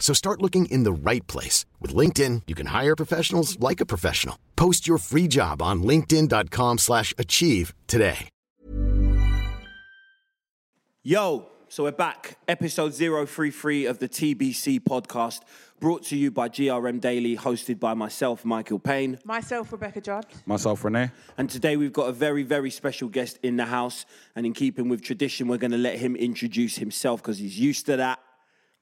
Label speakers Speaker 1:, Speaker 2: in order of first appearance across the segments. Speaker 1: So start looking in the right place. With LinkedIn, you can hire professionals like a professional. Post your free job on linkedin.com/achieve slash achieve today.
Speaker 2: Yo, so we're back. Episode 033 of the TBC podcast, brought to you by GRM Daily, hosted by myself, Michael Payne.
Speaker 3: Myself, Rebecca Judd.
Speaker 4: Myself, Renee.
Speaker 2: And today we've got a very, very special guest in the house. And in keeping with tradition, we're going to let him introduce himself because he's used to that.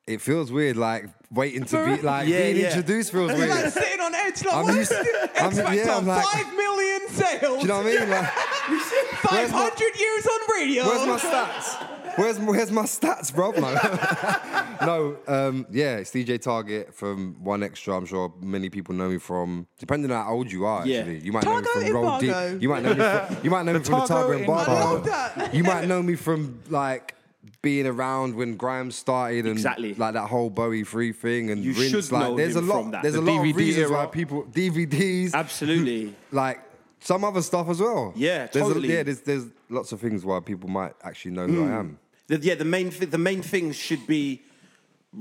Speaker 5: It feels weird, like waiting to be like
Speaker 2: Yeah,
Speaker 5: being
Speaker 2: yeah.
Speaker 5: introduced feels
Speaker 3: It's
Speaker 5: weird.
Speaker 3: like sitting on edge, like,
Speaker 5: I'm
Speaker 3: what
Speaker 5: used-
Speaker 3: is this?
Speaker 5: I'm-
Speaker 3: X Factor,
Speaker 5: yeah, I'm like-
Speaker 3: five million sales.
Speaker 5: Do you know what I mean? Like, where's my-
Speaker 3: 500 years on radio.
Speaker 5: where's my stats? Where's where's my stats, bro? man? no, um, yeah, it's DJ Target from One Extra. I'm sure many people know me from. Depending on how old you are,
Speaker 2: Yeah.
Speaker 5: actually, you might
Speaker 3: Targo
Speaker 5: know me
Speaker 3: in
Speaker 5: from Roll
Speaker 3: Bargo.
Speaker 5: Deep. You might know me from, you might know me from the
Speaker 4: Targo
Speaker 5: Target and
Speaker 4: in
Speaker 5: Bar
Speaker 3: Bargo. I
Speaker 5: Bar.
Speaker 3: love that.
Speaker 5: You might know me from like. Being around when Grime started and
Speaker 2: Exactly.
Speaker 5: like that whole Bowie free thing and
Speaker 2: You
Speaker 5: rinse,
Speaker 2: should
Speaker 5: like
Speaker 2: know
Speaker 5: there's
Speaker 2: him
Speaker 5: a lot
Speaker 2: from that.
Speaker 5: there's
Speaker 2: The
Speaker 5: a lot of
Speaker 4: DVD
Speaker 5: reasons
Speaker 4: era.
Speaker 5: why people DVDs
Speaker 2: Absolutely.
Speaker 5: like some other stuff as well.
Speaker 2: Yeah,
Speaker 5: there's
Speaker 2: totally.
Speaker 5: A, yeah, there's there's lots of things why people might actually know who I am.
Speaker 2: The- yeah, the main, thi- the main things should be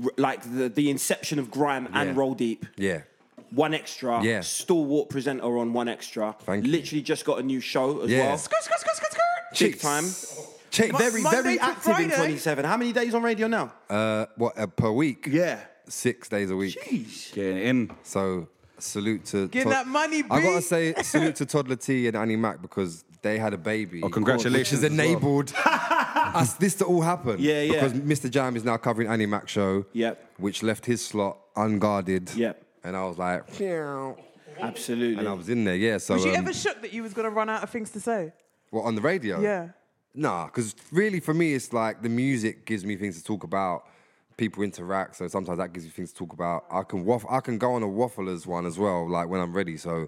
Speaker 2: r- like the, the inception of Grime and
Speaker 5: Yeah.
Speaker 2: Roll Deep.
Speaker 5: Yeah,
Speaker 2: One Extra,
Speaker 5: Yeah.
Speaker 2: stalwart presenter on One Extra.
Speaker 5: Thank you.
Speaker 2: Literally just got a new show as
Speaker 5: Yeah.
Speaker 2: well.
Speaker 3: Skirt, skirt, skirt, skirt, skirt.
Speaker 2: Big
Speaker 5: Jeez.
Speaker 2: time.
Speaker 5: Check
Speaker 2: Very,
Speaker 3: Monday
Speaker 2: very
Speaker 3: to
Speaker 2: active in
Speaker 3: Friday.
Speaker 2: 27. How many days on radio now?
Speaker 5: what uh, per week?
Speaker 2: yeah.
Speaker 5: six days a week.
Speaker 2: Jeez.
Speaker 4: Getting in.
Speaker 5: So salute to
Speaker 3: Getting that money,
Speaker 5: I
Speaker 3: B.
Speaker 5: gotta say salute to Toddler T and Annie Mac because they had a baby.
Speaker 4: Oh, congratulations as
Speaker 5: Which has
Speaker 4: well.
Speaker 5: enabled us this to all happen.
Speaker 2: Yeah, yeah.
Speaker 5: Because Mr. Jam is now covering Annie Mac show.
Speaker 2: Yep.
Speaker 5: Which left his slot unguarded.
Speaker 2: Yep.
Speaker 5: And I was like, "Meow."
Speaker 2: Absolutely.
Speaker 5: and I was in there. Yeah. So
Speaker 3: Was you
Speaker 5: um,
Speaker 3: ever shook that you was going to run out of things to say?
Speaker 5: what on the radio?
Speaker 3: Yeah.
Speaker 5: Nah, because really for me, it's like the music gives me things to talk about. People interact, so sometimes that gives you things to talk about. I can waffle, I can go on a wafflers one as well, like when I'm ready. So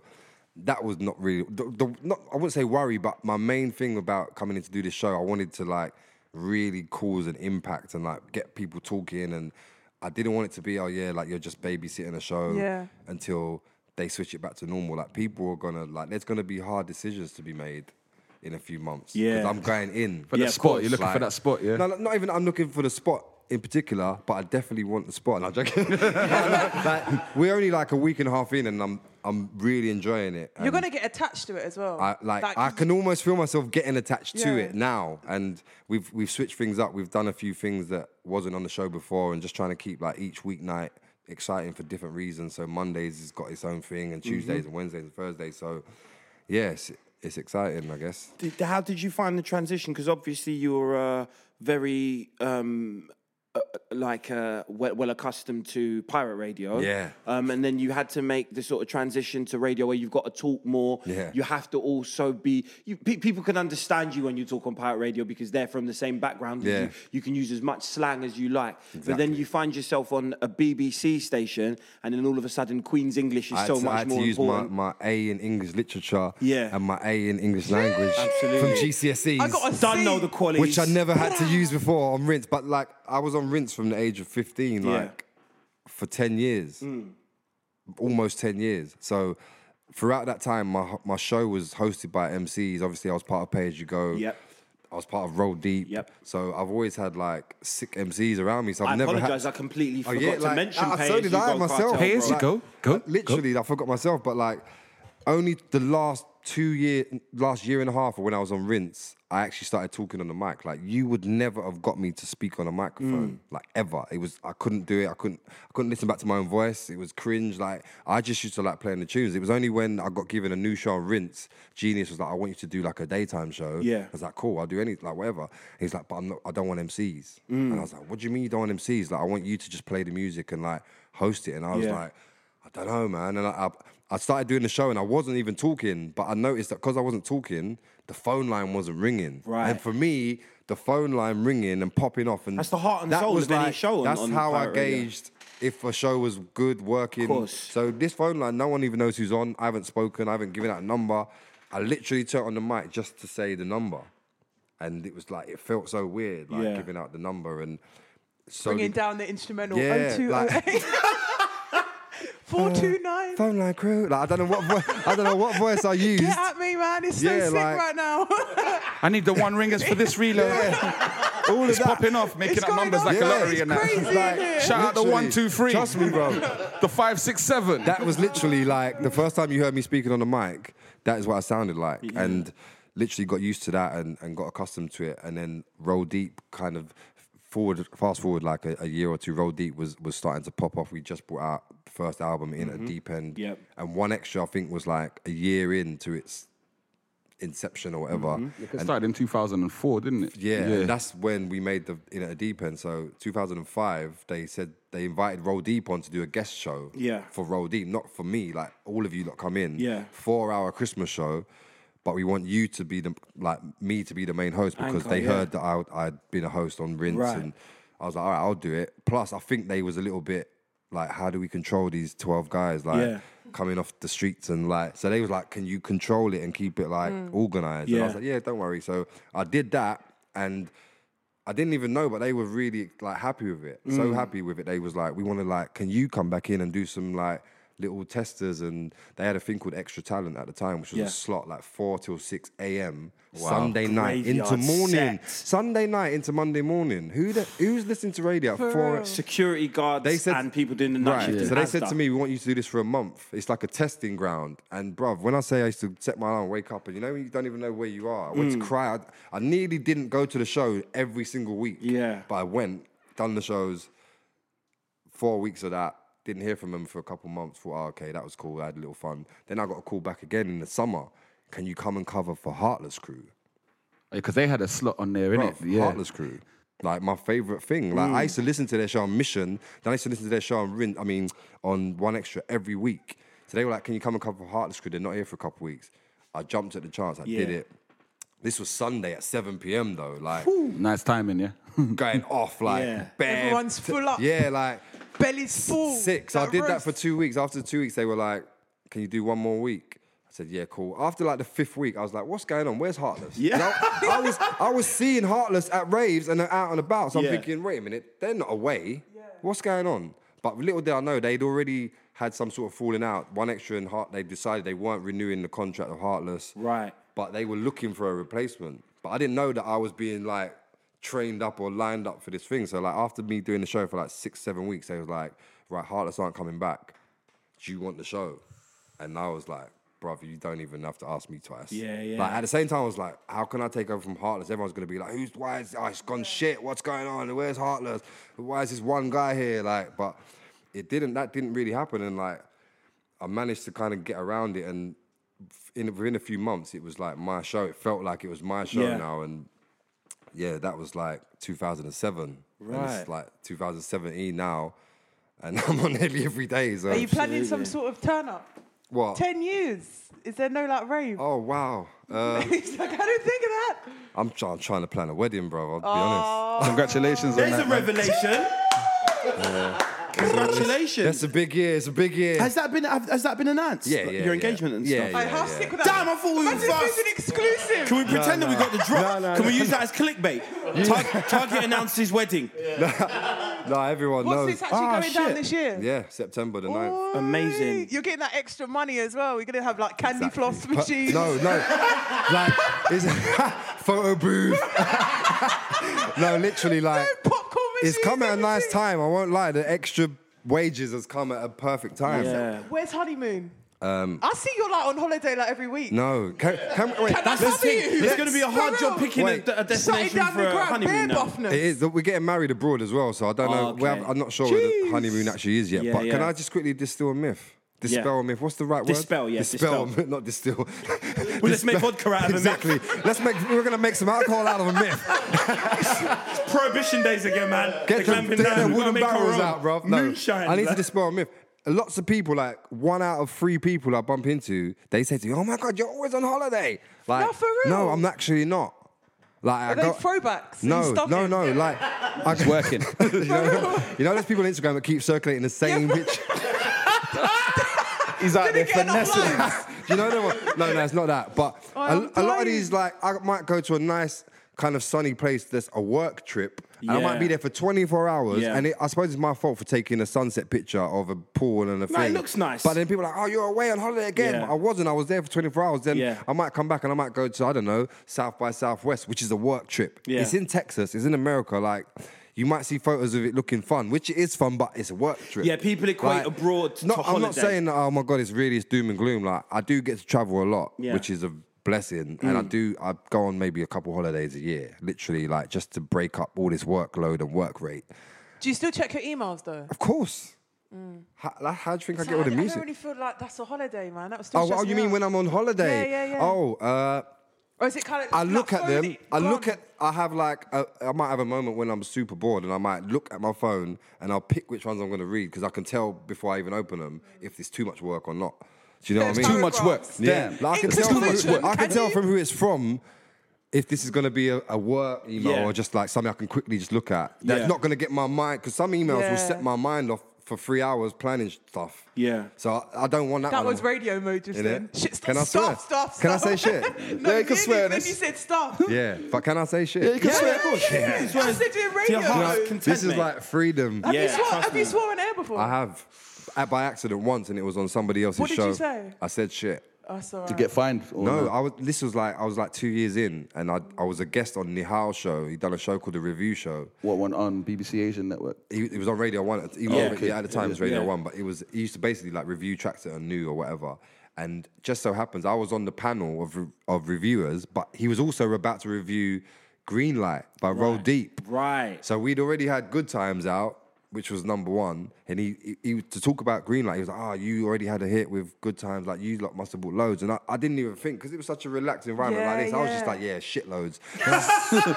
Speaker 5: that was not really the, the not I wouldn't say worry, but my main thing about coming in to do this show, I wanted to like really cause an impact and like get people talking and I didn't want it to be, oh yeah, like you're just babysitting a show
Speaker 3: Yeah.
Speaker 5: until they switch it back to normal. Like people are gonna like there's gonna be hard decisions to be made in a few months. 'Cause
Speaker 2: Yeah.
Speaker 5: I'm going in.
Speaker 4: For
Speaker 2: Yeah,
Speaker 4: that
Speaker 2: of
Speaker 4: spot.
Speaker 2: course,
Speaker 4: You're looking for
Speaker 5: Like-
Speaker 4: that spot, yeah?
Speaker 5: No, no, not even I'm looking for the spot in particular, but I definitely want the spot. No, I'm joking. like, we're only like a week and a half in and I'm I'm really enjoying it.
Speaker 3: You're
Speaker 5: And
Speaker 3: going to get attached to it as well.
Speaker 5: um, I, like, I
Speaker 3: you-
Speaker 5: can almost feel myself getting attached to
Speaker 3: Yeah.
Speaker 5: it now, and we've we've switched things up. We've done a few things that wasn't on the show before, and just trying to keep like each weeknight exciting for different reasons. So Mondays has got its own thing, and Tuesdays and Wednesdays and Thursdays. So yes, it's exciting, I guess.
Speaker 2: Did- how did you find the transition? Because obviously you were uh, very um, uh, like uh, well, well accustomed to pirate radio.
Speaker 5: Yeah.
Speaker 2: Um, and then you had to make the sort of transition to radio where you've got to talk more.
Speaker 5: Yeah.
Speaker 2: You have to also be. You, pe- people can understand you when you talk on pirate radio because they're from the same background. as
Speaker 5: Yeah.
Speaker 2: You, you can use as much slang as you like. But then you find yourself on a BBC station, and then all of a sudden Queen's English is
Speaker 5: I had
Speaker 2: so
Speaker 5: to,
Speaker 2: much
Speaker 5: I had
Speaker 2: more
Speaker 5: to use my,
Speaker 2: important.
Speaker 5: my A in English literature
Speaker 2: Yeah.
Speaker 5: and my A in English language
Speaker 2: Absolutely.
Speaker 5: from GCSEs.
Speaker 3: I got a
Speaker 2: Don't
Speaker 3: C.
Speaker 2: know the qualities.
Speaker 5: which I never had to use before on rinse. But like, I was on rinse from the age of 15,
Speaker 2: Yeah. Hmm.
Speaker 5: like for 10 years, almost 10 years. So throughout that time, my, ho- my show was hosted by MCs. Obviously, I was part of Pay As You Go.
Speaker 2: Yep.
Speaker 5: I was part of Roll Deep.
Speaker 2: Yep.
Speaker 5: So I've always had like sick MCs around me. So I've
Speaker 2: I
Speaker 5: never
Speaker 2: apologise,
Speaker 5: had.
Speaker 2: I completely forgot to
Speaker 5: Oh, like,
Speaker 2: mention
Speaker 5: I-
Speaker 2: Pay
Speaker 5: So
Speaker 2: As
Speaker 5: did
Speaker 2: You
Speaker 5: I
Speaker 2: Go
Speaker 5: myself.
Speaker 2: Cartel,
Speaker 4: Pay As You
Speaker 5: Like,
Speaker 4: Go, go,
Speaker 5: Literally, I forgot myself, but like only the last two year last year and a half, or when I was on Rinse, I actually started talking on the mic. Like you would never have got me to speak on a microphone,
Speaker 2: Mm.
Speaker 5: like ever. It was I couldn't do it. I couldn't I couldn't listen back to my own voice. It was cringe. Like I just used to like playing the tunes. It was only when I got given a new show on Rinse, Genius was like, I want you to do like a daytime show.
Speaker 2: Yeah.
Speaker 5: I was like, cool, I'll do any like whatever. And he's like, but I'm not I don't want MCs.
Speaker 2: Mm.
Speaker 5: And I was like, what do you mean you don't want MCs? Like I want you to just play the music and like host it. And I was
Speaker 2: Yeah.
Speaker 5: like, I don't know, man. And I, I, I started doing the show and I wasn't even talking, but I noticed that because I wasn't talking, the phone line wasn't ringing.
Speaker 2: Right.
Speaker 5: And for me, the phone line ringing and popping off and
Speaker 2: That's the heart and
Speaker 5: that
Speaker 2: soul
Speaker 5: was
Speaker 2: of any
Speaker 5: like-
Speaker 2: show on-
Speaker 5: That's
Speaker 2: on
Speaker 5: how I
Speaker 2: Pirate Radio.
Speaker 5: gauged if a show was good, working.
Speaker 2: course.
Speaker 5: So this phone line, no one even knows who's on. I haven't spoken. I haven't given out a number. I literally turned on the mic just to say the number, and it was like it felt so weird, like
Speaker 2: Yeah.
Speaker 5: giving out the number and. So
Speaker 3: Bringing down the instrumental. Oh,
Speaker 5: Yeah, uh,
Speaker 3: 0208. 429.
Speaker 5: phone line crew. Like I don't know what vo- I don't know what voice I used.
Speaker 3: Get at me, man. It's so
Speaker 5: Yeah,
Speaker 3: sick
Speaker 5: like-
Speaker 3: right now.
Speaker 4: I need the one ringers for this reload. All it's popping off, making
Speaker 3: It's
Speaker 4: up
Speaker 3: going
Speaker 4: numbers
Speaker 3: off.
Speaker 4: like
Speaker 3: Yeah,
Speaker 4: a lottery
Speaker 3: it's
Speaker 4: and that.
Speaker 3: crazy,
Speaker 5: It's like,
Speaker 3: innit?
Speaker 4: Shout out the
Speaker 5: literally,
Speaker 4: one, two, three.
Speaker 5: Trust me, bro.
Speaker 4: the five, six, seven.
Speaker 5: That was literally like the first time you heard me speaking on the mic. That is what I sounded like, and literally got used to that and, and got accustomed to it, and then roll deep kind of forward, fast forward like a, a year or two. Roll deep was was starting to pop off. We just brought out the first album in at deep end,
Speaker 2: Yep.
Speaker 5: and one extra I think was like a year into its inception or whatever.
Speaker 4: It started in 2004, didn't it?
Speaker 5: Yeah, and that's when we made the In at a Deep End. So 2005, they said they invited Roll Deep on to do a guest show.
Speaker 2: Yeah.
Speaker 5: For Roll Deep, not for me. Like all of you that come in.
Speaker 2: Yeah.
Speaker 5: Four hour Christmas show, but we want you to be the like me to be the main host because
Speaker 2: Anchor,
Speaker 5: they
Speaker 2: yeah.
Speaker 5: heard that I, I'd been a host on Rinse
Speaker 2: Right.
Speaker 5: and I was like, all right, I'll do it. Plus, I think they was a little bit like, how do we control these 12 guys? Like.
Speaker 2: Yeah.
Speaker 5: Coming off the streets and like, so they was like, "Can you control it and keep it like organized?" And
Speaker 2: Mm.
Speaker 5: I
Speaker 2: Yeah.
Speaker 5: was like, "Yeah, don't worry." So I did that, and I didn't even know, but they were really like happy with it.
Speaker 2: Mm.
Speaker 5: So happy with it, they was like, "We want to like, can you come back in and do some like little testers?" And they had a thing called Extra Talent at the time, which was
Speaker 2: Yeah.
Speaker 5: a slot like four till six a.m. Sunday night into
Speaker 2: Graveyard
Speaker 5: morning,
Speaker 2: set.
Speaker 5: Sunday night into Monday morning. Who the, who's listening to radio at four?
Speaker 2: Security guards
Speaker 5: They said
Speaker 2: and people doing the night shift. in
Speaker 5: So they
Speaker 2: Asda.
Speaker 5: said to me, "We want you to do this for a month. It's like a testing ground." And bruv, when I say I used to set my alarm, wake up, and you know when you don't even know where you are, I
Speaker 2: Mm.
Speaker 5: went to cry. I, I nearly didn't go to the show every single week.
Speaker 2: Yeah.
Speaker 5: but I went, done the shows. Four weeks of that, didn't hear from them for a couple months. Thought, oh, okay, that was cool. I had a little fun. Then I got a call back again in the summer. Can you come and cover for Heartless Crew?
Speaker 4: Because they had a slot on there, innit?
Speaker 5: Bruv, Heartless Crew. Like my favorite thing. Like I used to listen to their show on Mission. Then I used to listen to their show on Rin. I mean, on One Extra every week. So they were like, "Can you come and cover for Heartless Crew? They're not here for a couple weeks." I jumped at the chance. I did
Speaker 2: Yeah.
Speaker 5: it. This was Sunday at 7 p.m. though. Like
Speaker 4: Nice timing, yeah?
Speaker 5: going off. Like
Speaker 2: Yeah.
Speaker 5: bare-
Speaker 3: Everyone's full up.
Speaker 5: Yeah, like
Speaker 3: Belly's full.
Speaker 5: six. I did that for
Speaker 3: roast.
Speaker 5: two weeks. After two weeks, they were like, "Can you do one more week?" I said, "Yeah, cool." After like the fifth week, I was like, "What's going on? Where's Heartless?"
Speaker 2: Yeah.
Speaker 5: I, I was I was seeing Heartless at raves and they're out and about. So I'm
Speaker 2: Yeah.
Speaker 5: thinking, "Wait a minute, they're not away. What's going on?" But little did I know they'd already had some sort of falling out. One extra and Heart, they decided they weren't renewing the contract of Heartless.
Speaker 2: Right.
Speaker 5: But they were looking for a replacement. But I didn't know that I was being like trained up or lined up for this thing. So like after me doing the show for like six, seven weeks, they was like, right, Heartless aren't coming back. Do you want the show? And I was like, brother, you don't even have to ask me twice.
Speaker 2: Yeah, yeah.
Speaker 5: Like at the same time, I was like, how can I take over from Heartless? Everyone's gonna be like, who's why is oh, it's gone shit? What's going on? Where's Heartless? Why is this one guy here? Like, but it didn't. That didn't really happen. And like, I managed to kind of get around it. And in within a few months, it was like my show. It felt like it was my show
Speaker 2: Yeah.
Speaker 5: now. And yeah, that was like 2007. And
Speaker 2: Right.
Speaker 5: it's like 2017 now. And I'm on nearly every day. So
Speaker 3: Are you planning some sort of turn up?
Speaker 5: what?
Speaker 3: 10 years. Is there no like rave?
Speaker 5: Oh wow. Uh,
Speaker 3: He's like, I don't think of that.
Speaker 5: I'm, try- I'm trying to plan a wedding, bro. I'll be honest.
Speaker 4: Congratulations on
Speaker 2: There's a
Speaker 4: that. man.
Speaker 2: revelation. Congratulations.
Speaker 5: That's a big year. It's a big year.
Speaker 2: Has that been has that been announced?
Speaker 5: Yeah,
Speaker 2: Like,
Speaker 5: yeah,
Speaker 2: Your
Speaker 5: yeah.
Speaker 2: engagement and
Speaker 5: Yeah,
Speaker 2: stuff.
Speaker 3: Like, how
Speaker 5: yeah.
Speaker 3: sick would that
Speaker 2: Damn, I thought we
Speaker 3: Imagine
Speaker 2: were
Speaker 3: if this
Speaker 2: fast.
Speaker 3: was an exclusive.
Speaker 2: Can we pretend that we got the drop?
Speaker 5: No, no,
Speaker 2: Can we
Speaker 5: no.
Speaker 2: use that as clickbait? Tar- Target announced his wedding.
Speaker 5: no, everyone
Speaker 3: What's
Speaker 5: knows.
Speaker 3: this actually
Speaker 2: Ah,
Speaker 3: going down
Speaker 2: shit.
Speaker 3: this year?
Speaker 5: yeah, September the 9th.
Speaker 3: Oi,
Speaker 2: Amazing.
Speaker 3: You're getting that extra money as well. We're gonna have like candy floss
Speaker 5: But-
Speaker 3: machines.
Speaker 5: No, no. like, it's photo booth. no, literally, like,
Speaker 3: popcorn machines.
Speaker 5: it's come at a nice
Speaker 3: everything.
Speaker 5: time. I won't lie. The extra wages has come at a perfect time.
Speaker 2: Yeah.
Speaker 3: Where's honeymoon? I see you're like on holiday like every week.
Speaker 5: Um, No, can, can, wait,
Speaker 3: Can I
Speaker 5: let's-
Speaker 3: cover you?
Speaker 2: It's going to be a
Speaker 3: For
Speaker 2: hard job
Speaker 3: real.
Speaker 2: picking a,
Speaker 5: Wait.
Speaker 2: d- a
Speaker 3: Shutting
Speaker 2: destination
Speaker 3: down
Speaker 2: for
Speaker 3: the
Speaker 2: a
Speaker 3: crowd, bare
Speaker 2: honeymoon. now.
Speaker 3: buffness.
Speaker 5: It is. We're getting married abroad as well, so I don't know. we
Speaker 2: Oh, Okay.
Speaker 5: have- I'm not sure where the
Speaker 2: Jeez.
Speaker 5: honeymoon actually is yet.
Speaker 2: Yeah,
Speaker 5: but can
Speaker 2: yeah.
Speaker 5: I just quickly distill a myth? Dispel a myth. What's the right
Speaker 2: Dispel,
Speaker 5: word?
Speaker 2: yeah,
Speaker 5: Dispel,
Speaker 2: dispel.
Speaker 5: not distill.
Speaker 2: Well, let's make vodka out of a myth.
Speaker 5: Exactly. Let's make. We're gonna make some alcohol out of a myth.
Speaker 2: Prohibition days again, man.
Speaker 5: Get
Speaker 2: the
Speaker 5: them,
Speaker 2: clamping
Speaker 5: get
Speaker 2: down.
Speaker 5: them
Speaker 2: We've gotta
Speaker 5: wooden
Speaker 2: make our
Speaker 5: barrels
Speaker 2: own.
Speaker 5: out, bro. No,
Speaker 2: Moonshine.
Speaker 5: I need to
Speaker 2: man.
Speaker 5: dispel a myth. Lots of people, like one out of three people I bump into, they say to me, "Oh my god, you're always on holiday." Like,
Speaker 3: No, for
Speaker 5: No,
Speaker 3: real.
Speaker 5: I'm actually not. Like,
Speaker 3: Are
Speaker 5: I
Speaker 3: they
Speaker 5: got,
Speaker 3: throwbacks? Are you
Speaker 5: No, no,
Speaker 3: stocking?
Speaker 5: no. Like, I,
Speaker 6: It's working.
Speaker 5: you, know, you know those people on Instagram that keep circulating the same picture.
Speaker 6: He's out
Speaker 3: Did he
Speaker 6: there
Speaker 3: get enough
Speaker 6: finessing.
Speaker 3: lines?
Speaker 5: you know the one? No, no, it's not that. But
Speaker 3: Oh,
Speaker 5: a,
Speaker 3: I'm
Speaker 5: a lot of
Speaker 3: dying.
Speaker 5: these, like, I might go to a nice kind of sunny place that's a work trip, and I might
Speaker 2: Yeah.
Speaker 5: be there for 24 hours.
Speaker 2: Yeah.
Speaker 5: And it, I suppose it's my fault for taking a sunset picture of a pool and a
Speaker 2: No, it
Speaker 5: thing.
Speaker 2: looks nice.
Speaker 5: But then people are like, oh, you're away on holiday again.
Speaker 2: Yeah.
Speaker 5: But I wasn't. I was there for 24 hours. Then
Speaker 2: Yeah.
Speaker 5: I might come back and I might go to, I don't know, South by Southwest, which is a work trip.
Speaker 2: Yeah.
Speaker 5: It's in Texas, it's in America. Like, you might see photos of it looking fun, which it is fun, but it's a work trip.
Speaker 2: Yeah, people equate abroad to
Speaker 5: No, I'm not
Speaker 2: holiday.
Speaker 5: saying oh my god, it's really it's doom and gloom. Like I do get to travel a lot,
Speaker 2: Yeah. Mm.
Speaker 5: which is a blessing, and I do I go on maybe a couple holidays a year, literally like just to break up all this workload and work rate.
Speaker 3: Do you still check your emails though?
Speaker 5: Of course.
Speaker 2: Mm.
Speaker 5: How, like, how do you think I get all the
Speaker 3: I
Speaker 5: music?
Speaker 3: don't really feel like that's a holiday, man. That was still
Speaker 5: Oh, oh, you mean when I'm on holiday?
Speaker 3: Yeah, yeah, yeah.
Speaker 5: Oh, uh,
Speaker 3: Or is it kind of?
Speaker 5: I look at them. I look at. I have like. A, I might have a moment when I'm super bored, and I might look at my phone and I'll pick which ones I'm going to read because I can tell before I even open them if there's too much work or not. Do you know
Speaker 3: There's
Speaker 5: what I mean?
Speaker 3: Too much work.
Speaker 5: Yeah.
Speaker 3: Damn.
Speaker 5: Like, I can tell.
Speaker 3: Too much
Speaker 5: From,
Speaker 3: work.
Speaker 5: I can
Speaker 3: Can
Speaker 5: tell
Speaker 3: you-
Speaker 5: from who it's from. If this is going to be a, a work email
Speaker 2: Yeah.
Speaker 5: or just like something I can quickly just look at, that's
Speaker 2: Yeah.
Speaker 5: not going to get my mind because some emails will set
Speaker 3: Yeah.
Speaker 5: my mind off for three hours planning stuff.
Speaker 2: Yeah.
Speaker 5: So I, I don't want that.
Speaker 3: That
Speaker 5: one.
Speaker 3: was radio mode just
Speaker 5: Innit?
Speaker 3: then. Shit, stop,
Speaker 5: Can I swear?
Speaker 3: stop, stop,
Speaker 5: Can I
Speaker 3: stop.
Speaker 5: say shit?
Speaker 3: no,
Speaker 6: Yeah, you can
Speaker 3: really,
Speaker 6: swear
Speaker 3: When you
Speaker 6: this.
Speaker 3: said stop.
Speaker 5: Yeah, but can I say shit?
Speaker 6: Yeah, you can swear, of course.
Speaker 2: It's where-
Speaker 3: I said you're
Speaker 2: to your
Speaker 3: radio.
Speaker 2: heart's
Speaker 3: No,
Speaker 2: content,
Speaker 5: This is
Speaker 2: mate.
Speaker 5: like freedom.
Speaker 3: Have, you
Speaker 2: Yeah,
Speaker 3: swore,
Speaker 2: trust
Speaker 3: have you
Speaker 2: me.
Speaker 3: swore on air before?
Speaker 5: I have uh, by accident once, and it was on somebody else's
Speaker 3: What did
Speaker 5: show.
Speaker 3: you say?
Speaker 5: I said shit.
Speaker 3: Oh, sorry.
Speaker 6: To get fined. or-
Speaker 5: No, I was. This was like I was like two years in, and I I was a guest on Nihal's show. He done a show called The Review Show.
Speaker 6: What one on BBC Asian Network?
Speaker 5: He, he was on Radio One. At, he was
Speaker 2: Yeah.
Speaker 5: on-
Speaker 2: Okay.
Speaker 5: yeah, at the time it was Radio
Speaker 2: Yeah.
Speaker 5: One, but it was he used to basically like review tracks that are new or whatever. And just so happens, I was on the panel of re- of reviewers, but he was also about to review Green Light by Roll Deep.
Speaker 2: Right.
Speaker 5: So we'd already had Good Times out, which was number one. And he, he, he- to talk about Greenlight, he was like, oh, you already had a hit with Good Times. Like, you lot must have bought loads. And I, I didn't even think, because it was such a relaxed environment like
Speaker 3: Yeah,
Speaker 5: this. I was just
Speaker 3: yeah.
Speaker 5: like, yeah, shit loads. I was like,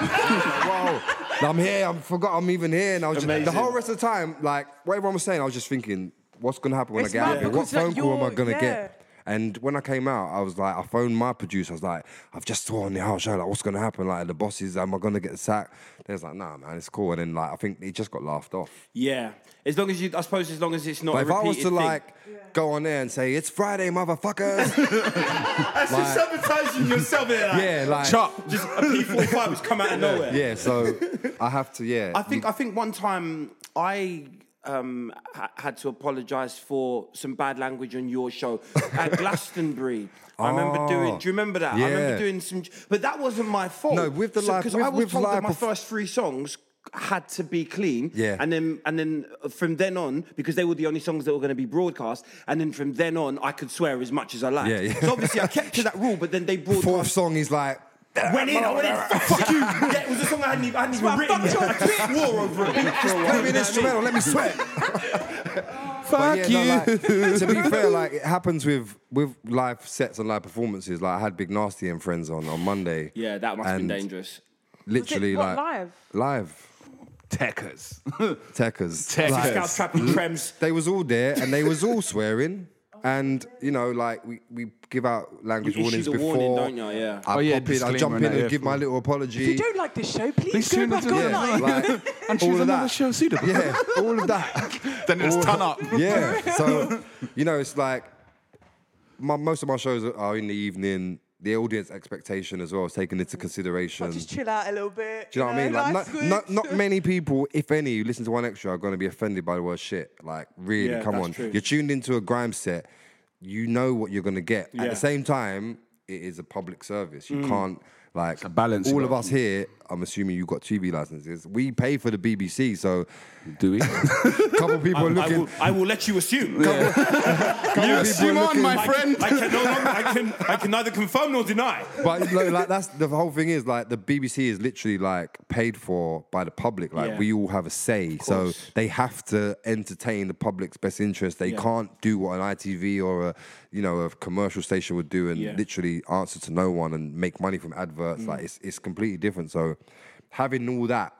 Speaker 5: Whoa, I'm here. I forgot I'm even here. And I was just, the
Speaker 2: Amazing.
Speaker 5: whole rest of the time, like, what everyone was saying, I was just thinking, what's going to happen when
Speaker 3: It's
Speaker 5: I get out
Speaker 3: mad
Speaker 5: of here? What
Speaker 3: because, like,
Speaker 5: phone call am I
Speaker 3: you're-
Speaker 5: going to
Speaker 3: yeah.
Speaker 5: get? And when I came out, I was like, I phoned my producer. I was like, I've just saw on the whole show, like, what's gonna happen? Like, the bosses, am I gonna get sacked? They was like, Nah, man, it's cool. And then like, I think it just got laughed off.
Speaker 2: Yeah. As long as you, I suppose, as long as it's not.
Speaker 5: But
Speaker 2: a
Speaker 5: if I was to
Speaker 2: repeated thing.
Speaker 5: like go on there and say, it's Friday, motherfuckers,
Speaker 2: that's just sabotaging yourself. in that.
Speaker 5: yeah, like,
Speaker 2: chop. Just a P45 has come out of nowhere.
Speaker 5: yeah. So I have to, yeah.
Speaker 2: I think I think one time I um, ha- had to apologise for some bad language on your show at Glastonbury. I remember
Speaker 5: Oh,
Speaker 2: doing. Do you remember that? I
Speaker 5: yeah.
Speaker 2: remember doing some, but that wasn't my fault.
Speaker 5: No, with the live-
Speaker 2: because
Speaker 5: with-
Speaker 2: I was
Speaker 5: with
Speaker 2: told that
Speaker 5: live
Speaker 2: my
Speaker 5: perf-
Speaker 2: first three songs had to be clean.
Speaker 5: Yeah.
Speaker 2: and then and then from then on, because they were the only songs that were going to be broadcast, and then from then on, I could swear as much as I liked.
Speaker 5: Yeah, yeah.
Speaker 2: So obviously, I kept to that rule. But then they broadcast
Speaker 5: fourth song is like,
Speaker 2: went in, I went in, fuck you. Yeah, it was a song I hadn't even, I hadn't even
Speaker 3: why I
Speaker 2: written
Speaker 3: fucked
Speaker 2: yet.
Speaker 3: your
Speaker 2: I just swore over it. for a while.
Speaker 5: play me an instrumental, let me sweat.
Speaker 6: Fuck
Speaker 5: But yeah, no, like, to be fair, like it happens with with live sets and live performances. Like I had Big Nasty and friends on on Monday.
Speaker 2: Yeah, that must have been
Speaker 5: and
Speaker 2: dangerous.
Speaker 5: Literally,
Speaker 3: what,
Speaker 5: like
Speaker 3: live?
Speaker 5: live
Speaker 6: Techers.
Speaker 5: techers.
Speaker 6: Techers.
Speaker 5: Like,
Speaker 2: Scouse trap
Speaker 5: Mm-hmm.
Speaker 2: and trems.
Speaker 5: they was all there and they was all swearing. And you know, like we, we give out language
Speaker 2: You issue
Speaker 5: warnings
Speaker 2: the
Speaker 5: before.
Speaker 2: warning, don't you? Yeah.
Speaker 5: I
Speaker 6: Oh, yeah,
Speaker 5: pop in, I
Speaker 6: disclaimer
Speaker 5: jump in
Speaker 6: and that,
Speaker 5: and
Speaker 6: yeah,
Speaker 5: give my
Speaker 6: full.
Speaker 5: little apology.
Speaker 3: If you don't like this show, please go
Speaker 6: tune
Speaker 3: back
Speaker 6: into the-
Speaker 5: yeah,
Speaker 3: online.
Speaker 5: like,
Speaker 6: And
Speaker 5: all
Speaker 6: choose
Speaker 5: of
Speaker 6: another
Speaker 5: that.
Speaker 6: show suitable.
Speaker 5: Yeah, all of that.
Speaker 6: Then it's
Speaker 5: All-
Speaker 6: turn up.
Speaker 5: Yeah. So, you know, it's like my, most of my shows are in the evening. The audience expectation as well is taken into consideration.
Speaker 3: Just chill out a little bit.
Speaker 5: Do you know what I mean? Like,
Speaker 3: life's
Speaker 5: not, not,
Speaker 3: good.
Speaker 5: not many people, if any, who listen to One Extra are going to be offended by the word shit. Like, really,
Speaker 2: Yeah,
Speaker 5: come
Speaker 2: that's
Speaker 5: on.
Speaker 2: true.
Speaker 5: You're tuned into a grime set. You know what you're going to get. At
Speaker 2: Yeah. Mm.
Speaker 5: the same time, it is a public service. You can't, like,
Speaker 6: a balance
Speaker 5: all
Speaker 6: you've
Speaker 5: of
Speaker 6: got.
Speaker 5: us here I'm assuming you got TV licenses. We pay for the BBC, so
Speaker 6: Do we?
Speaker 5: a couple people
Speaker 2: I
Speaker 5: are looking.
Speaker 2: will, I will let you assume.
Speaker 5: couple
Speaker 4: You
Speaker 5: people are
Speaker 4: assume on,
Speaker 5: looking-
Speaker 4: my
Speaker 2: I,
Speaker 4: friend.
Speaker 2: I can no longer, I can, I can neither confirm nor deny.
Speaker 5: but no, like that's the whole thing is like the BBC is literally like paid for by the public. Like
Speaker 2: Yeah.
Speaker 5: we all have a say, so they have to entertain the public's best interest. They
Speaker 2: Yeah.
Speaker 5: can't do what an ITV or a you know a commercial station would do and
Speaker 2: Yeah. Mm.
Speaker 5: literally answer to no one and make money from adverts. Like it's it's completely different. So having all that,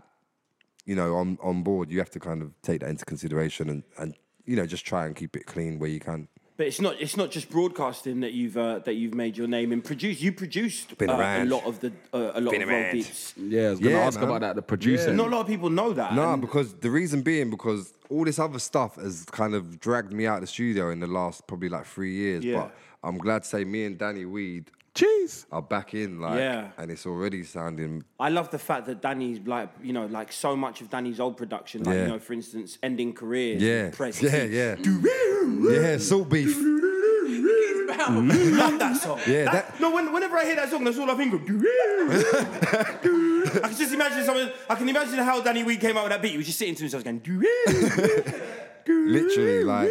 Speaker 5: you know, on on board, you have to kind of take that into consideration and and you know just try and keep it clean where you can.
Speaker 2: But it's not it's not just broadcasting that you've uh, that you've made your name in. Produce you produced
Speaker 5: Been
Speaker 2: uh, a
Speaker 5: around.
Speaker 2: lot of the uh, a lot
Speaker 5: Been
Speaker 2: of Roll
Speaker 5: around.
Speaker 2: Deeps.
Speaker 6: yeah, I was gonna
Speaker 5: Yeah,
Speaker 6: ask
Speaker 5: man.
Speaker 6: about that. The producer.
Speaker 2: Not a lot of people know that.
Speaker 5: No,
Speaker 2: and-
Speaker 5: because the reason being because all this other stuff has kind of dragged me out of the studio in the last probably like three years.
Speaker 2: Yeah.
Speaker 5: But I'm glad to say me and Danny Weed
Speaker 6: Jeez.
Speaker 5: are back in, like
Speaker 2: Yeah.
Speaker 5: and it's already sounding
Speaker 2: I love the fact that Danny's like you know like so much of Danny's old production, like
Speaker 5: Yeah.
Speaker 2: you know for instance, ending careers.
Speaker 5: Yeah.
Speaker 2: Press.
Speaker 5: Yeah, yeah. Yeah, salt beef.
Speaker 2: Love that song.
Speaker 5: Yeah,
Speaker 2: That-
Speaker 5: that-
Speaker 2: Ah, no, when, whenever I hear that song, that's all I think of. I can just imagine someone. I can imagine how Danny Weed came out with that beat. He was just sitting to himself going.
Speaker 5: Literally, like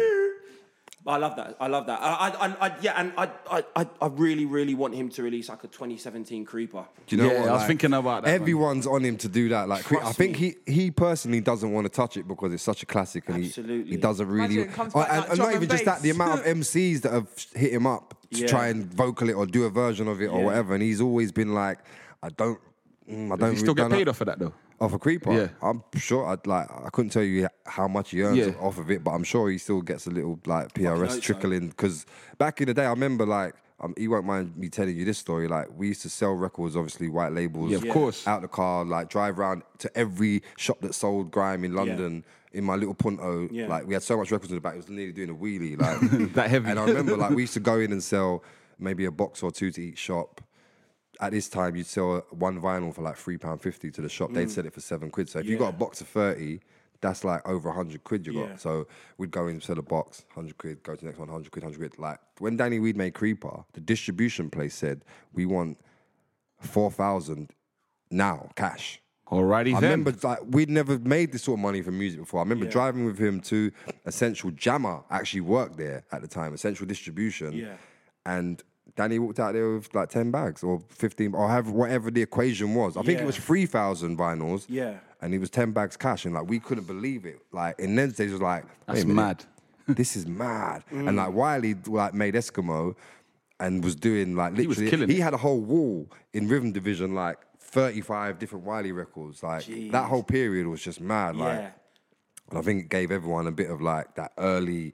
Speaker 2: I love that. I love that. I, I, I, I yeah, and I, I, I- I really, really want him to release like a 2017 creeper.
Speaker 5: Do you know
Speaker 6: Yeah,
Speaker 5: what?
Speaker 6: I was
Speaker 5: like,
Speaker 6: thinking about that, man.
Speaker 5: Everyone's on him to do that. Like,
Speaker 2: Trust
Speaker 5: I think
Speaker 2: me.
Speaker 5: he he personally doesn't want to touch it because it's such a classic, and he- he,
Speaker 2: Absolutely.
Speaker 5: doesn't really. Oh,
Speaker 3: Imagine it comes back
Speaker 5: and-
Speaker 3: like
Speaker 5: and
Speaker 3: drum
Speaker 5: not even
Speaker 3: and
Speaker 5: just that, the
Speaker 3: bass.
Speaker 5: amount of MCs that have hit him up to
Speaker 2: Yeah.
Speaker 5: try and vocal it or do a version of it or
Speaker 2: Yeah.
Speaker 5: whatever, and he's always been like, I don't. Mm, I don't
Speaker 6: You still get
Speaker 5: don't know-
Speaker 6: paid off for that though.
Speaker 5: off a creeper.
Speaker 6: Yeah.
Speaker 5: I'm sure. I'd like. I couldn't tell you how much he earns
Speaker 6: Yeah.
Speaker 5: off of it, but I'm sure he still gets a little like
Speaker 2: hope so.
Speaker 5: PRS trickling. Because back in the day, I remember like. Um, he won't mind me telling you this story. Like we used to sell records, obviously white labels.
Speaker 6: Yeah, of Yeah. course.
Speaker 5: Out the car, like drive around to every shop that sold grime in London in my little Punto.
Speaker 2: Yeah.
Speaker 5: Like we had so much records in the back, it was nearly doing a wheelie. Like
Speaker 6: That heavy.
Speaker 5: And I remember like we used to go in and sell maybe a box or two to each shop at this time you'd sell one vinyl for like three pound fifty to the shop. They'd sell it for seven quid. So if you got a box of thirty, that's like over hundred quid you got.
Speaker 2: Yeah.
Speaker 5: So we'd go in sell a box, hundred quid. Go to the next one, hundred quid, hundred quid. Like when Danny Weed made Creeper, the distribution place said we want four thousand now cash.
Speaker 6: Alrighty
Speaker 5: I
Speaker 6: then.
Speaker 5: remember like we'd never made this sort of money from music before. I remember driving with him to Essential Jammer. Actually worked there at the time, Essential Distribution.
Speaker 2: Yeah.
Speaker 5: And Danny walked out there with like ten bags or fifteen or have whatever the equation was. I think
Speaker 2: Yeah.
Speaker 5: it was three thousand vinyls.
Speaker 2: Yeah.
Speaker 5: And he was ten bags cash, and like we couldn't believe it. Like in then days was like
Speaker 6: That's
Speaker 5: "Wait a minute,
Speaker 6: mad.
Speaker 5: this is mad.
Speaker 6: Mm.
Speaker 5: And like Wiley like made Eskimo and was doing like
Speaker 6: was
Speaker 5: literally
Speaker 6: killing
Speaker 5: he
Speaker 6: it.
Speaker 5: had a whole wall in rhythm division like 35 different Wiley records. Like that whole period was just mad. Like
Speaker 2: yeah.
Speaker 5: and I think it gave everyone a bit of like that early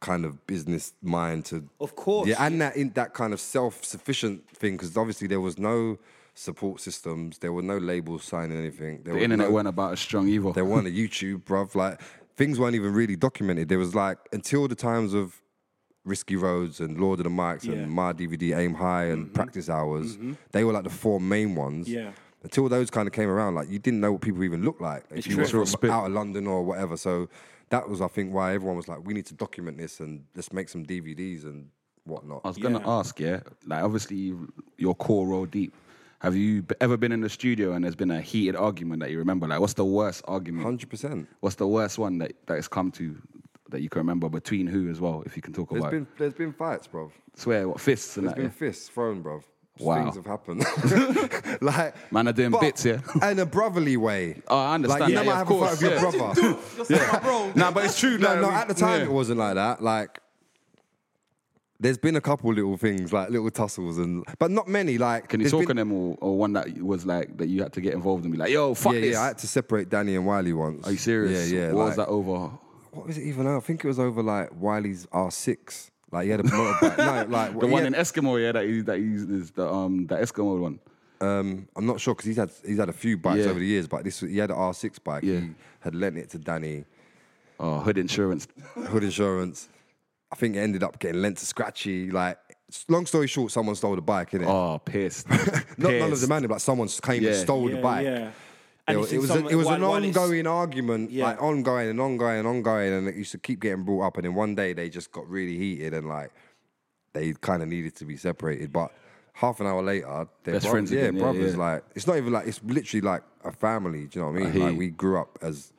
Speaker 5: kind of business mind to
Speaker 2: Of course.
Speaker 5: yeah, and that in that kind of self-sufficient thing, because obviously there was no support systems, there were no labels signing anything. There
Speaker 6: the
Speaker 5: were
Speaker 6: internet
Speaker 5: no,
Speaker 6: weren't about as strong either.
Speaker 5: there weren't a YouTube, bruv. Like things weren't even really documented. There was like until the times of Risky Roads and Lord of the Mics
Speaker 2: Yeah. Mm-hmm.
Speaker 5: and My DVD Aim High and Practice Hours. They were like the four main ones.
Speaker 2: Yeah.
Speaker 5: Until those kind of came around, like you didn't know what people even looked like if you
Speaker 2: true.
Speaker 5: were from
Speaker 6: Real spit.
Speaker 5: out of London or whatever. So that was, I think, why everyone was like, we need to document this and let's make some DVDs and whatnot.
Speaker 6: I was gonna ask, yeah, like obviously your core roll deep. Have you b- ever been in the studio and there's been a heated argument that you remember? Like, what's the worst argument?
Speaker 5: Hundred percent.
Speaker 6: What's the worst one that that has come to that you can remember between who as well, if you can talk
Speaker 5: There's
Speaker 6: about? it?
Speaker 5: been there's been fights, bruv.
Speaker 6: Swear, what fists and
Speaker 5: There's
Speaker 6: that?
Speaker 5: been
Speaker 6: yeah?
Speaker 5: fists thrown, bruv.
Speaker 6: Wow.
Speaker 5: Things have happened. like
Speaker 6: Man are doing bits, yeah?
Speaker 5: In a brotherly way.
Speaker 6: Oh, I understand
Speaker 5: Like, you
Speaker 6: that,
Speaker 5: never
Speaker 6: yeah,
Speaker 5: have
Speaker 6: of
Speaker 5: a fight
Speaker 6: course,
Speaker 5: with your
Speaker 6: yeah.
Speaker 5: brother.
Speaker 6: Nah, but it's true.
Speaker 5: no,
Speaker 6: like,
Speaker 5: no.
Speaker 6: we-
Speaker 5: At the time,
Speaker 6: yeah.
Speaker 5: it wasn't like that. Like, there's been a couple little things, like little tussles, and but not many. Like,
Speaker 6: Can you
Speaker 5: there's
Speaker 6: talk
Speaker 5: been-
Speaker 6: on them or, or one that was like that you had to get involved and be like, yo, fuck
Speaker 5: Yeah,
Speaker 6: this?
Speaker 5: yeah. I had to separate Danny and Wiley once.
Speaker 6: Are you serious?
Speaker 5: Yeah, yeah.
Speaker 6: What
Speaker 5: like,
Speaker 6: was that over?
Speaker 5: What was it even? I think it was over like Wiley's R6. Like he had a motorbike. no, like
Speaker 6: The
Speaker 5: he
Speaker 6: one
Speaker 5: had-
Speaker 6: in Eskimo, yeah, that he, that he is the um the Eskimo one.
Speaker 5: I'm not sure because he's had he's had a few bikes
Speaker 6: Yeah.
Speaker 5: over the years, but this he had an R6 bike.
Speaker 6: Yeah.
Speaker 5: He had lent it to Danny.
Speaker 6: Oh, hood insurance.
Speaker 5: hood insurance. I think it ended up getting lent to Scratchy. Like, s- long story short, someone stole the bike, innit? it?
Speaker 6: Oh, pissed.
Speaker 5: Not none of the
Speaker 6: Pissed.
Speaker 5: man, but someone came
Speaker 6: Yeah.
Speaker 5: and stole
Speaker 2: Yeah,
Speaker 5: the bike.
Speaker 2: yeah.
Speaker 5: It
Speaker 2: And
Speaker 5: was,
Speaker 2: it's
Speaker 5: it
Speaker 2: in
Speaker 5: was,
Speaker 2: some-
Speaker 5: a- it was an
Speaker 2: while- while it's-
Speaker 5: ongoing argument,
Speaker 2: Yeah.
Speaker 5: like ongoing and ongoing and ongoing, and it used to keep getting brought up. And then one day they just got really heated and like they kind of needed to be separated. But half an hour later, they're
Speaker 6: Best
Speaker 5: bro-
Speaker 6: friends
Speaker 5: Yeah,
Speaker 6: again, yeah,
Speaker 5: brothers.
Speaker 6: yeah.
Speaker 5: Like it's not even like it's literally like a family. Do you know what I mean?
Speaker 6: hear
Speaker 5: like
Speaker 6: you.
Speaker 5: we grew up as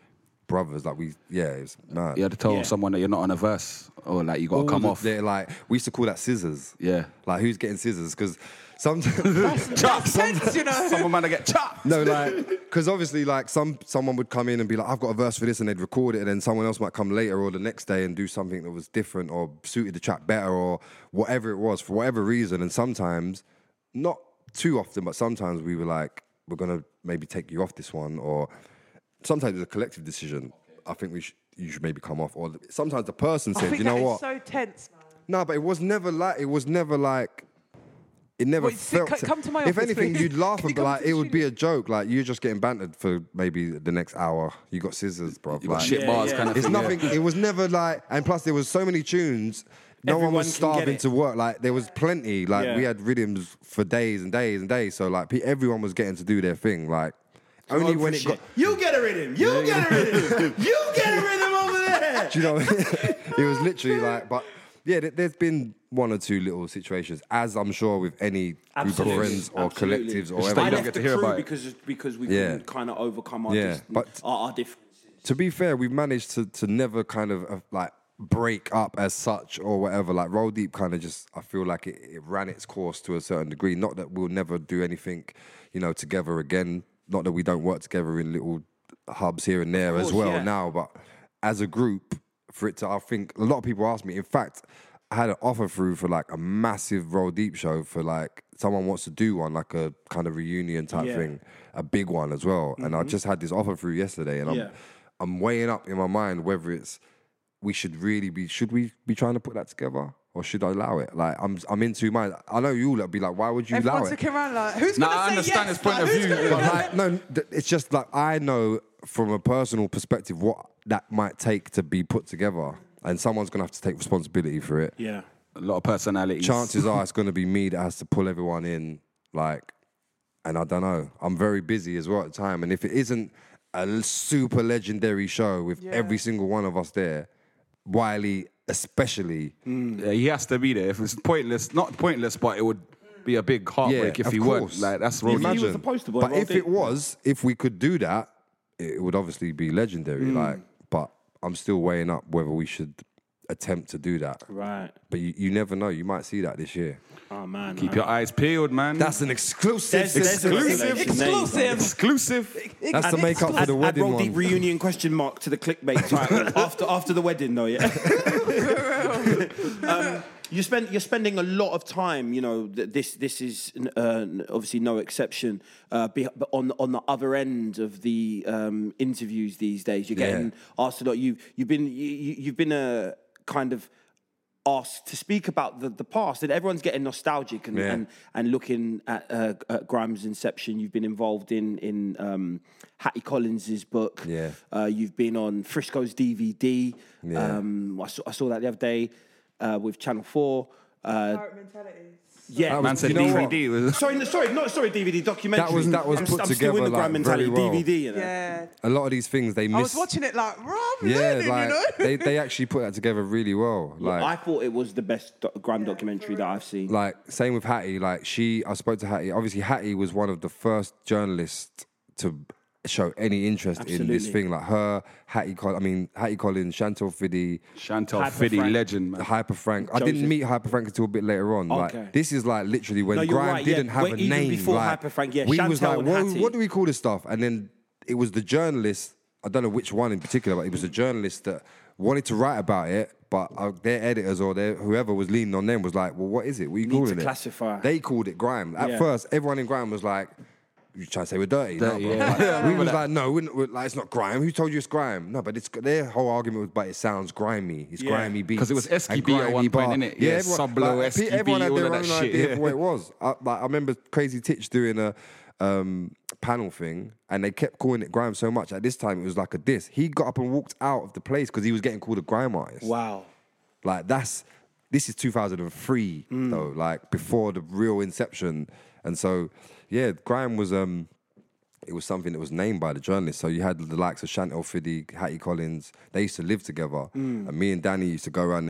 Speaker 5: brothers. Like we, yeah, it's mad.
Speaker 6: You had to tell
Speaker 2: Yeah.
Speaker 6: someone that you're not on a verse or like you got to come off.
Speaker 5: They're like we used to call that scissors.
Speaker 6: Yeah.
Speaker 5: like who's getting scissors? Because sometimes
Speaker 3: That's sense, you know.
Speaker 6: Someone might get chopped.
Speaker 5: No, like, because obviously, like, some someone would come in and be like, "I've got a verse for this," and they'd record it, and then someone else might come later or the next day and do something that was different or suited the track better or whatever it was for whatever reason. And sometimes, not too often, but sometimes we were like, "We're gonna maybe take you off this one," or sometimes it's a collective decision. I think we should, you should maybe come off, or sometimes the person
Speaker 3: I
Speaker 5: said,
Speaker 3: think
Speaker 5: "You know
Speaker 3: that is
Speaker 5: what?"
Speaker 3: so tense, man.
Speaker 5: No, but it was never like it was never like it never
Speaker 3: Wait, sit-
Speaker 5: felt.
Speaker 3: c- come to my
Speaker 5: if
Speaker 3: office,
Speaker 5: anything,
Speaker 3: please.
Speaker 5: you'd laugh,
Speaker 3: Can you
Speaker 5: but
Speaker 3: come
Speaker 5: like
Speaker 3: to the
Speaker 5: it would be a joke. Like you're just getting bantered for maybe the next hour. You got scissors, bro.
Speaker 6: You got
Speaker 5: like,
Speaker 6: shit bars
Speaker 2: yeah.
Speaker 6: kind of
Speaker 5: It's
Speaker 6: thing. yeah.
Speaker 5: nothing. It was never like. And plus, there was so many tunes. No one
Speaker 2: Everyone
Speaker 5: was
Speaker 2: can get
Speaker 5: starving
Speaker 2: it.
Speaker 5: to work. Like there was plenty. Like
Speaker 2: Yeah.
Speaker 5: we had rhythms for days and days and days. So like pe- everyone was getting to do their thing. Like only when it got.
Speaker 2: You get a rhythm. You get a rhythm. you get a rhythm over there.
Speaker 5: Do you know what I mean? it was literally like, but yeah, there- there's been one or two little situations, as I'm sure with any
Speaker 2: Absolutely.
Speaker 5: group of friends or
Speaker 2: Absolutely.
Speaker 5: collectives or
Speaker 6: Just
Speaker 5: whatever.
Speaker 2: I
Speaker 6: don't
Speaker 2: left
Speaker 6: get
Speaker 2: the
Speaker 6: to hear
Speaker 2: crew
Speaker 6: about it.
Speaker 2: because because we
Speaker 5: Yeah.
Speaker 2: couldn't kind of overcome our
Speaker 5: Yeah,
Speaker 2: dis-
Speaker 5: but-
Speaker 2: our, our differences.
Speaker 5: to be fair, we've managed to to never kind of uh, like break up as such or whatever. Like Roll Deep kind of just, I feel like it, it ran its course to a certain degree. Not that we'll never do anything, you know, together again. Not that we don't work together in little hubs here and there as
Speaker 2: course,
Speaker 5: well
Speaker 2: yeah.
Speaker 5: now, but as a group, for it to, I think a lot of people ask me. In fact, I had an offer through for like a massive Roll Deep show for like someone wants to do one, like a kind of reunion type
Speaker 2: Yeah. Mm-hmm.
Speaker 5: thing, a big one as well. And I just had this offer through yesterday, and I'm
Speaker 2: Yeah.
Speaker 5: I'm weighing up in my mind whether it's we should really be should we be trying to put that together or should I allow it? Like I'm I'm in two minds. I know you all would be like, why would you allow
Speaker 3: Everyone's
Speaker 5: it?
Speaker 3: looking around like, who's
Speaker 6: No,
Speaker 3: going to
Speaker 6: I
Speaker 3: say
Speaker 6: understand
Speaker 3: yes,
Speaker 6: his point
Speaker 3: man?
Speaker 6: of
Speaker 3: Who's
Speaker 6: view,
Speaker 3: gonna
Speaker 6: yeah.
Speaker 3: go
Speaker 5: But like, no, th- it's just like I know from a personal perspective what that might take to be put together, and someone's gonna have to take responsibility for it.
Speaker 2: Yeah.
Speaker 6: A lot of personalities.
Speaker 5: Chances are it's gonna be me that has to pull everyone in, like, and I don't know. I'm very busy as well at the time, and if it isn't a l- super legendary show with every single one of us there, Wiley especially,
Speaker 6: Yeah, he has to be there. If it's pointless, not pointless, but it would be a big heartbreak if
Speaker 5: of
Speaker 6: he
Speaker 5: course.
Speaker 6: weren't. Like that's
Speaker 5: You
Speaker 6: Roll
Speaker 5: imagine.
Speaker 6: Deep.
Speaker 2: was the poster boy,
Speaker 5: But
Speaker 2: Roll
Speaker 5: if
Speaker 2: Deep.
Speaker 5: it was, if we could do that, it would obviously be legendary. Like, but I'm still weighing up whether we should attempt to do that.
Speaker 2: Right.
Speaker 5: But you, you never know. You might see that this year.
Speaker 2: Oh man.
Speaker 6: Keep your eyes peeled, man.
Speaker 5: That's an
Speaker 2: There's-
Speaker 5: exclusive.
Speaker 2: there's a
Speaker 5: exclusive.
Speaker 2: revelation.
Speaker 3: Exclusive.
Speaker 6: exclusive.
Speaker 5: That's to make up for the
Speaker 2: Add
Speaker 5: wedding
Speaker 2: roll
Speaker 5: one.
Speaker 2: deep reunion question mark to the clickbait title after after the wedding though. Yeah. um, you spend you're spending a lot of time. You know th- this this is uh, obviously no exception. Uh, be, but on on the other end of the um, interviews these days, you're
Speaker 5: Yeah.
Speaker 2: getting asked a lot. You you've been you, you- you've been a kind of asked to speak about the, the past and everyone's getting nostalgic and,
Speaker 5: Yeah.
Speaker 2: and, and looking at, uh, at Grimes' inception you've been involved in in um, Hattie Collins's book
Speaker 5: Yeah.
Speaker 2: uh, you've been on Frisco's DVD
Speaker 5: Yeah.
Speaker 2: um, I, saw, I saw that the other day uh, with Channel 4 uh,
Speaker 3: Pirate mentality.
Speaker 2: yeah
Speaker 6: Man said
Speaker 5: you know what?
Speaker 6: DVD was.
Speaker 2: sorry no, sorry not sorry DVD documentary
Speaker 5: That was- that was
Speaker 2: I'm,
Speaker 5: put
Speaker 2: I'm still
Speaker 5: together,
Speaker 2: in the
Speaker 5: like,
Speaker 2: Grime mentality
Speaker 5: very well.
Speaker 2: DVD you know?
Speaker 3: Yeah.
Speaker 5: A lot of these things they miss.
Speaker 3: I was watching it like, Rob,
Speaker 5: Yeah,
Speaker 3: learning,
Speaker 5: like
Speaker 3: you know?
Speaker 5: they, they actually put that together really well. Like
Speaker 2: I thought it was the best do- Grime documentary that I've seen
Speaker 5: like same with Hattie. Like she, I spoke to Hattie. Obviously, Hattie was one of the first journalists to show any interest in this
Speaker 2: Absolutely.
Speaker 5: thing. Like her, Hattie. Col- I mean, Hattie Collins, Chantal Fiddy,
Speaker 6: Chantal
Speaker 2: Hyper
Speaker 6: Fiddy,
Speaker 2: Frank.
Speaker 6: legend, man.
Speaker 5: Hyper Frank. I didn't meet Hyper Frank until a bit later on.
Speaker 2: Okay.
Speaker 5: Like this is like literally when
Speaker 2: No, you're
Speaker 5: Grime
Speaker 2: right, yeah.
Speaker 5: didn't have
Speaker 2: When-
Speaker 5: a
Speaker 2: even
Speaker 5: name.
Speaker 2: before
Speaker 5: like,
Speaker 2: Hyper Frank, yeah,
Speaker 5: we was
Speaker 2: Chantal
Speaker 5: like,
Speaker 2: and
Speaker 5: "Whoa,
Speaker 2: Hattie."
Speaker 5: what do we call this stuff? And then it was the journalist. I don't know which one in particular, but it was the journalist that wanted to write about it. But uh, their editors or their whoever was leaning on them was like, "Well, what is it? What are you calling
Speaker 2: to
Speaker 5: it?"
Speaker 2: classify.
Speaker 5: They called it grime. At
Speaker 2: Yeah.
Speaker 5: first, everyone in grime was like, "You trying to say we're dirty?" No,
Speaker 6: Dirty,
Speaker 5: bro.
Speaker 6: yeah.
Speaker 5: Like,
Speaker 6: Yeah, I
Speaker 5: we
Speaker 6: remember
Speaker 5: was
Speaker 6: that.
Speaker 5: like, "No, we're not, we're- like, it's not grime. Who told you it's grime?" No, but it's their whole argument was, "But it sounds grimy. It's
Speaker 2: Yeah.
Speaker 5: grimy beats."
Speaker 6: 'Cause it was
Speaker 5: and
Speaker 6: SKB at
Speaker 5: grimy
Speaker 6: one point,
Speaker 5: bar."
Speaker 6: innit?
Speaker 5: Yeah,
Speaker 6: Yeah,
Speaker 5: everyone,
Speaker 6: Sub Below,
Speaker 5: like, pe-
Speaker 6: SKB,
Speaker 5: everyone had
Speaker 6: all
Speaker 5: their
Speaker 6: of
Speaker 5: own
Speaker 6: that shit,
Speaker 5: idea
Speaker 6: yeah.
Speaker 5: of what it was. I, like, I remember Crazy Titch doing a um, panel thing, and they kept calling it grime so much. At this time, it was like a diss. He got up and walked out of the place because he was getting called a grime artist.
Speaker 2: wow
Speaker 5: Like that's this is 2003
Speaker 6: Mm.
Speaker 5: though, like before the real inception. And so yeah, grime was um it was something that was named by the journalists. So you had the likes of Chantel Fiddy, Hattie
Speaker 6: Mm.
Speaker 5: Collins. They used to live together, and me and Danny used to go around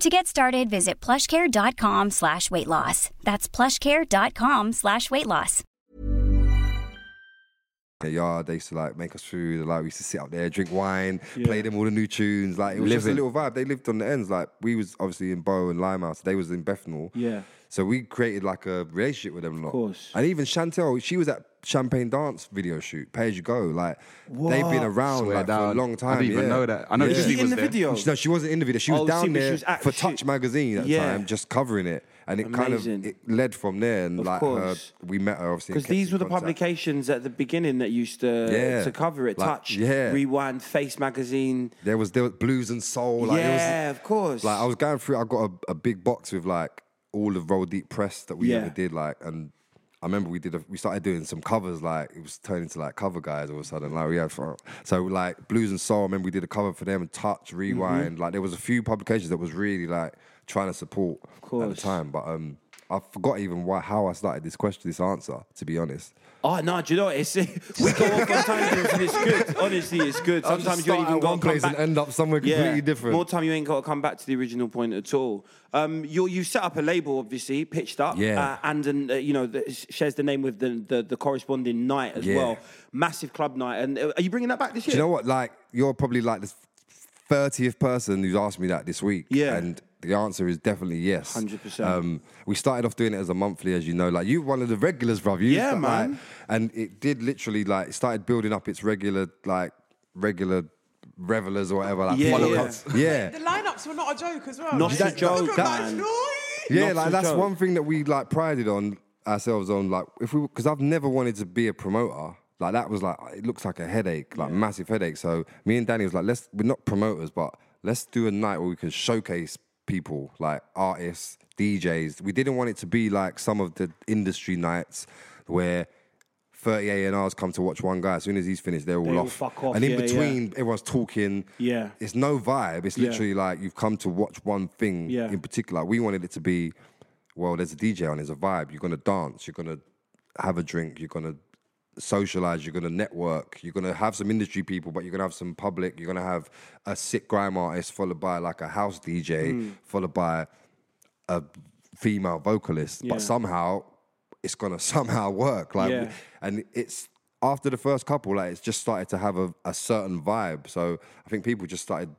Speaker 7: To get started, visit plushcare.com slash weight loss. That's plushcare.com slash weight loss.
Speaker 5: the yard. They used to like make us food. Like we used to sit up there, drink wine, play them all the new tunes. Like it was just a little vibe. They lived on the ends. Like we was obviously in Bow and Limehouse. They was in Bethnal.
Speaker 2: Yeah.
Speaker 5: So we created like a relationship with them. Of
Speaker 2: course.
Speaker 5: And even Chantel, she was at Champagne Dance video shoot. Pay as you go. Like they've been around
Speaker 6: Swear
Speaker 5: like for a
Speaker 6: down.
Speaker 5: long time.
Speaker 6: I didn't even
Speaker 5: yeah.
Speaker 6: know that. I know
Speaker 2: Is
Speaker 6: She
Speaker 2: she
Speaker 6: was
Speaker 2: in the
Speaker 6: there.
Speaker 2: video?
Speaker 5: She- No, she wasn't in the video. She was
Speaker 2: Oh, see,
Speaker 5: down
Speaker 2: but she
Speaker 5: there
Speaker 2: was at
Speaker 5: for
Speaker 2: shoot.
Speaker 5: Touch magazine at the
Speaker 2: Yeah.
Speaker 5: time, just covering it, and it kind
Speaker 2: Amazing.
Speaker 5: of it led from there. And
Speaker 2: Of
Speaker 5: like
Speaker 2: course.
Speaker 5: Her, we met her obviously and
Speaker 2: Because
Speaker 5: kept
Speaker 2: these
Speaker 5: in
Speaker 2: were the
Speaker 5: contact.
Speaker 2: publications at the beginning that used to
Speaker 5: Yeah.
Speaker 2: to cover it.
Speaker 5: Like,
Speaker 2: Touch,
Speaker 5: yeah.
Speaker 2: Rewind, Face Magazine.
Speaker 5: There was there was blues and soul. Like,
Speaker 2: Yeah,
Speaker 5: it was,
Speaker 2: of course.
Speaker 5: Like I was going through. I got a, a big box with like all the roll deep press that we
Speaker 2: Yeah.
Speaker 5: ever did. Like, and I remember we did. A, we started doing some covers. Like it was turning to like cover guys all of a sudden. Like we had fun. So like blues and soul. I remember we did a cover for them. and Touch, rewind. Like there was a few publications that was really like trying to support at the
Speaker 2: course.
Speaker 5: time. But um, I forgot even why how I started this question, this answer. To be honest.
Speaker 2: Oh no, do you know what? It's, we go off on tangents and it's good. Honestly, it's good.
Speaker 5: I'll just
Speaker 2: Sometimes you
Speaker 5: start
Speaker 2: ain't even
Speaker 5: at
Speaker 2: got
Speaker 5: one
Speaker 2: to come
Speaker 5: place and
Speaker 2: back-
Speaker 5: end up somewhere completely different.
Speaker 2: More time you ain't got to come back to the original point at all. Um, you you set up a label, obviously pitched up,
Speaker 5: Yeah.
Speaker 2: uh, and an, uh, you know the, shares the name with the, the the corresponding night as
Speaker 5: Yeah.
Speaker 2: well. Massive club night, and uh, are you bringing that back this year?
Speaker 5: Do you know what? Like, you're probably like the thirtieth person who's asked me that this week.
Speaker 2: Yeah.
Speaker 5: And the answer is definitely yes.
Speaker 2: 100%.
Speaker 5: Um, we started off doing it as a monthly, as you know. Like you, were one of the regulars, bruv. You
Speaker 2: Yeah,
Speaker 5: sta-
Speaker 2: man.
Speaker 5: like- and it did literally like it started building up its regular, like regular revelers or whatever. Like
Speaker 2: Yeah,
Speaker 5: follow
Speaker 2: yeah.
Speaker 5: us. yeah.
Speaker 3: The lineups were not a joke as well.
Speaker 2: Not
Speaker 3: Like,
Speaker 2: a
Speaker 3: look
Speaker 2: joke,
Speaker 3: at
Speaker 2: that-
Speaker 3: that noise.
Speaker 5: Yeah,
Speaker 2: Not
Speaker 5: like
Speaker 2: for
Speaker 5: that's
Speaker 2: joke.
Speaker 5: one thing that we like prided on ourselves on. Like if we, because I've never wanted to be a promoter. Like that was like it looks like a headache, like massive headache. So me and Danny was like, let's we're not promoters, but let's do a night where we can showcase people, like artists, DJs. We didn't want it to be like some of the industry nights where. 30 A&Rs come to watch one guy. As soon as he's finished, they're all
Speaker 2: all
Speaker 5: off.
Speaker 2: fuck off,
Speaker 5: And in
Speaker 2: yeah, yeah.
Speaker 5: between, everyone's talking.
Speaker 2: Yeah.
Speaker 5: It's no vibe. It's
Speaker 2: Yeah.
Speaker 5: literally like you've come to watch one thing
Speaker 2: Yeah.
Speaker 5: in particular. We wanted it to be, well, there's a DJ on, there's a vibe. You're gonna dance, you're gonna have a drink, you're gonna socialize, you're gonna network, you're gonna have some industry people, but you're gonna have some public. You're gonna have a sick grime artist followed by like a house DJ
Speaker 2: Mm.
Speaker 5: followed by a female vocalist. But somehow it's gonna somehow work. Like,
Speaker 2: Yeah.
Speaker 5: and it's after the first couple, like it's just started to have a, a certain vibe. So I think people just started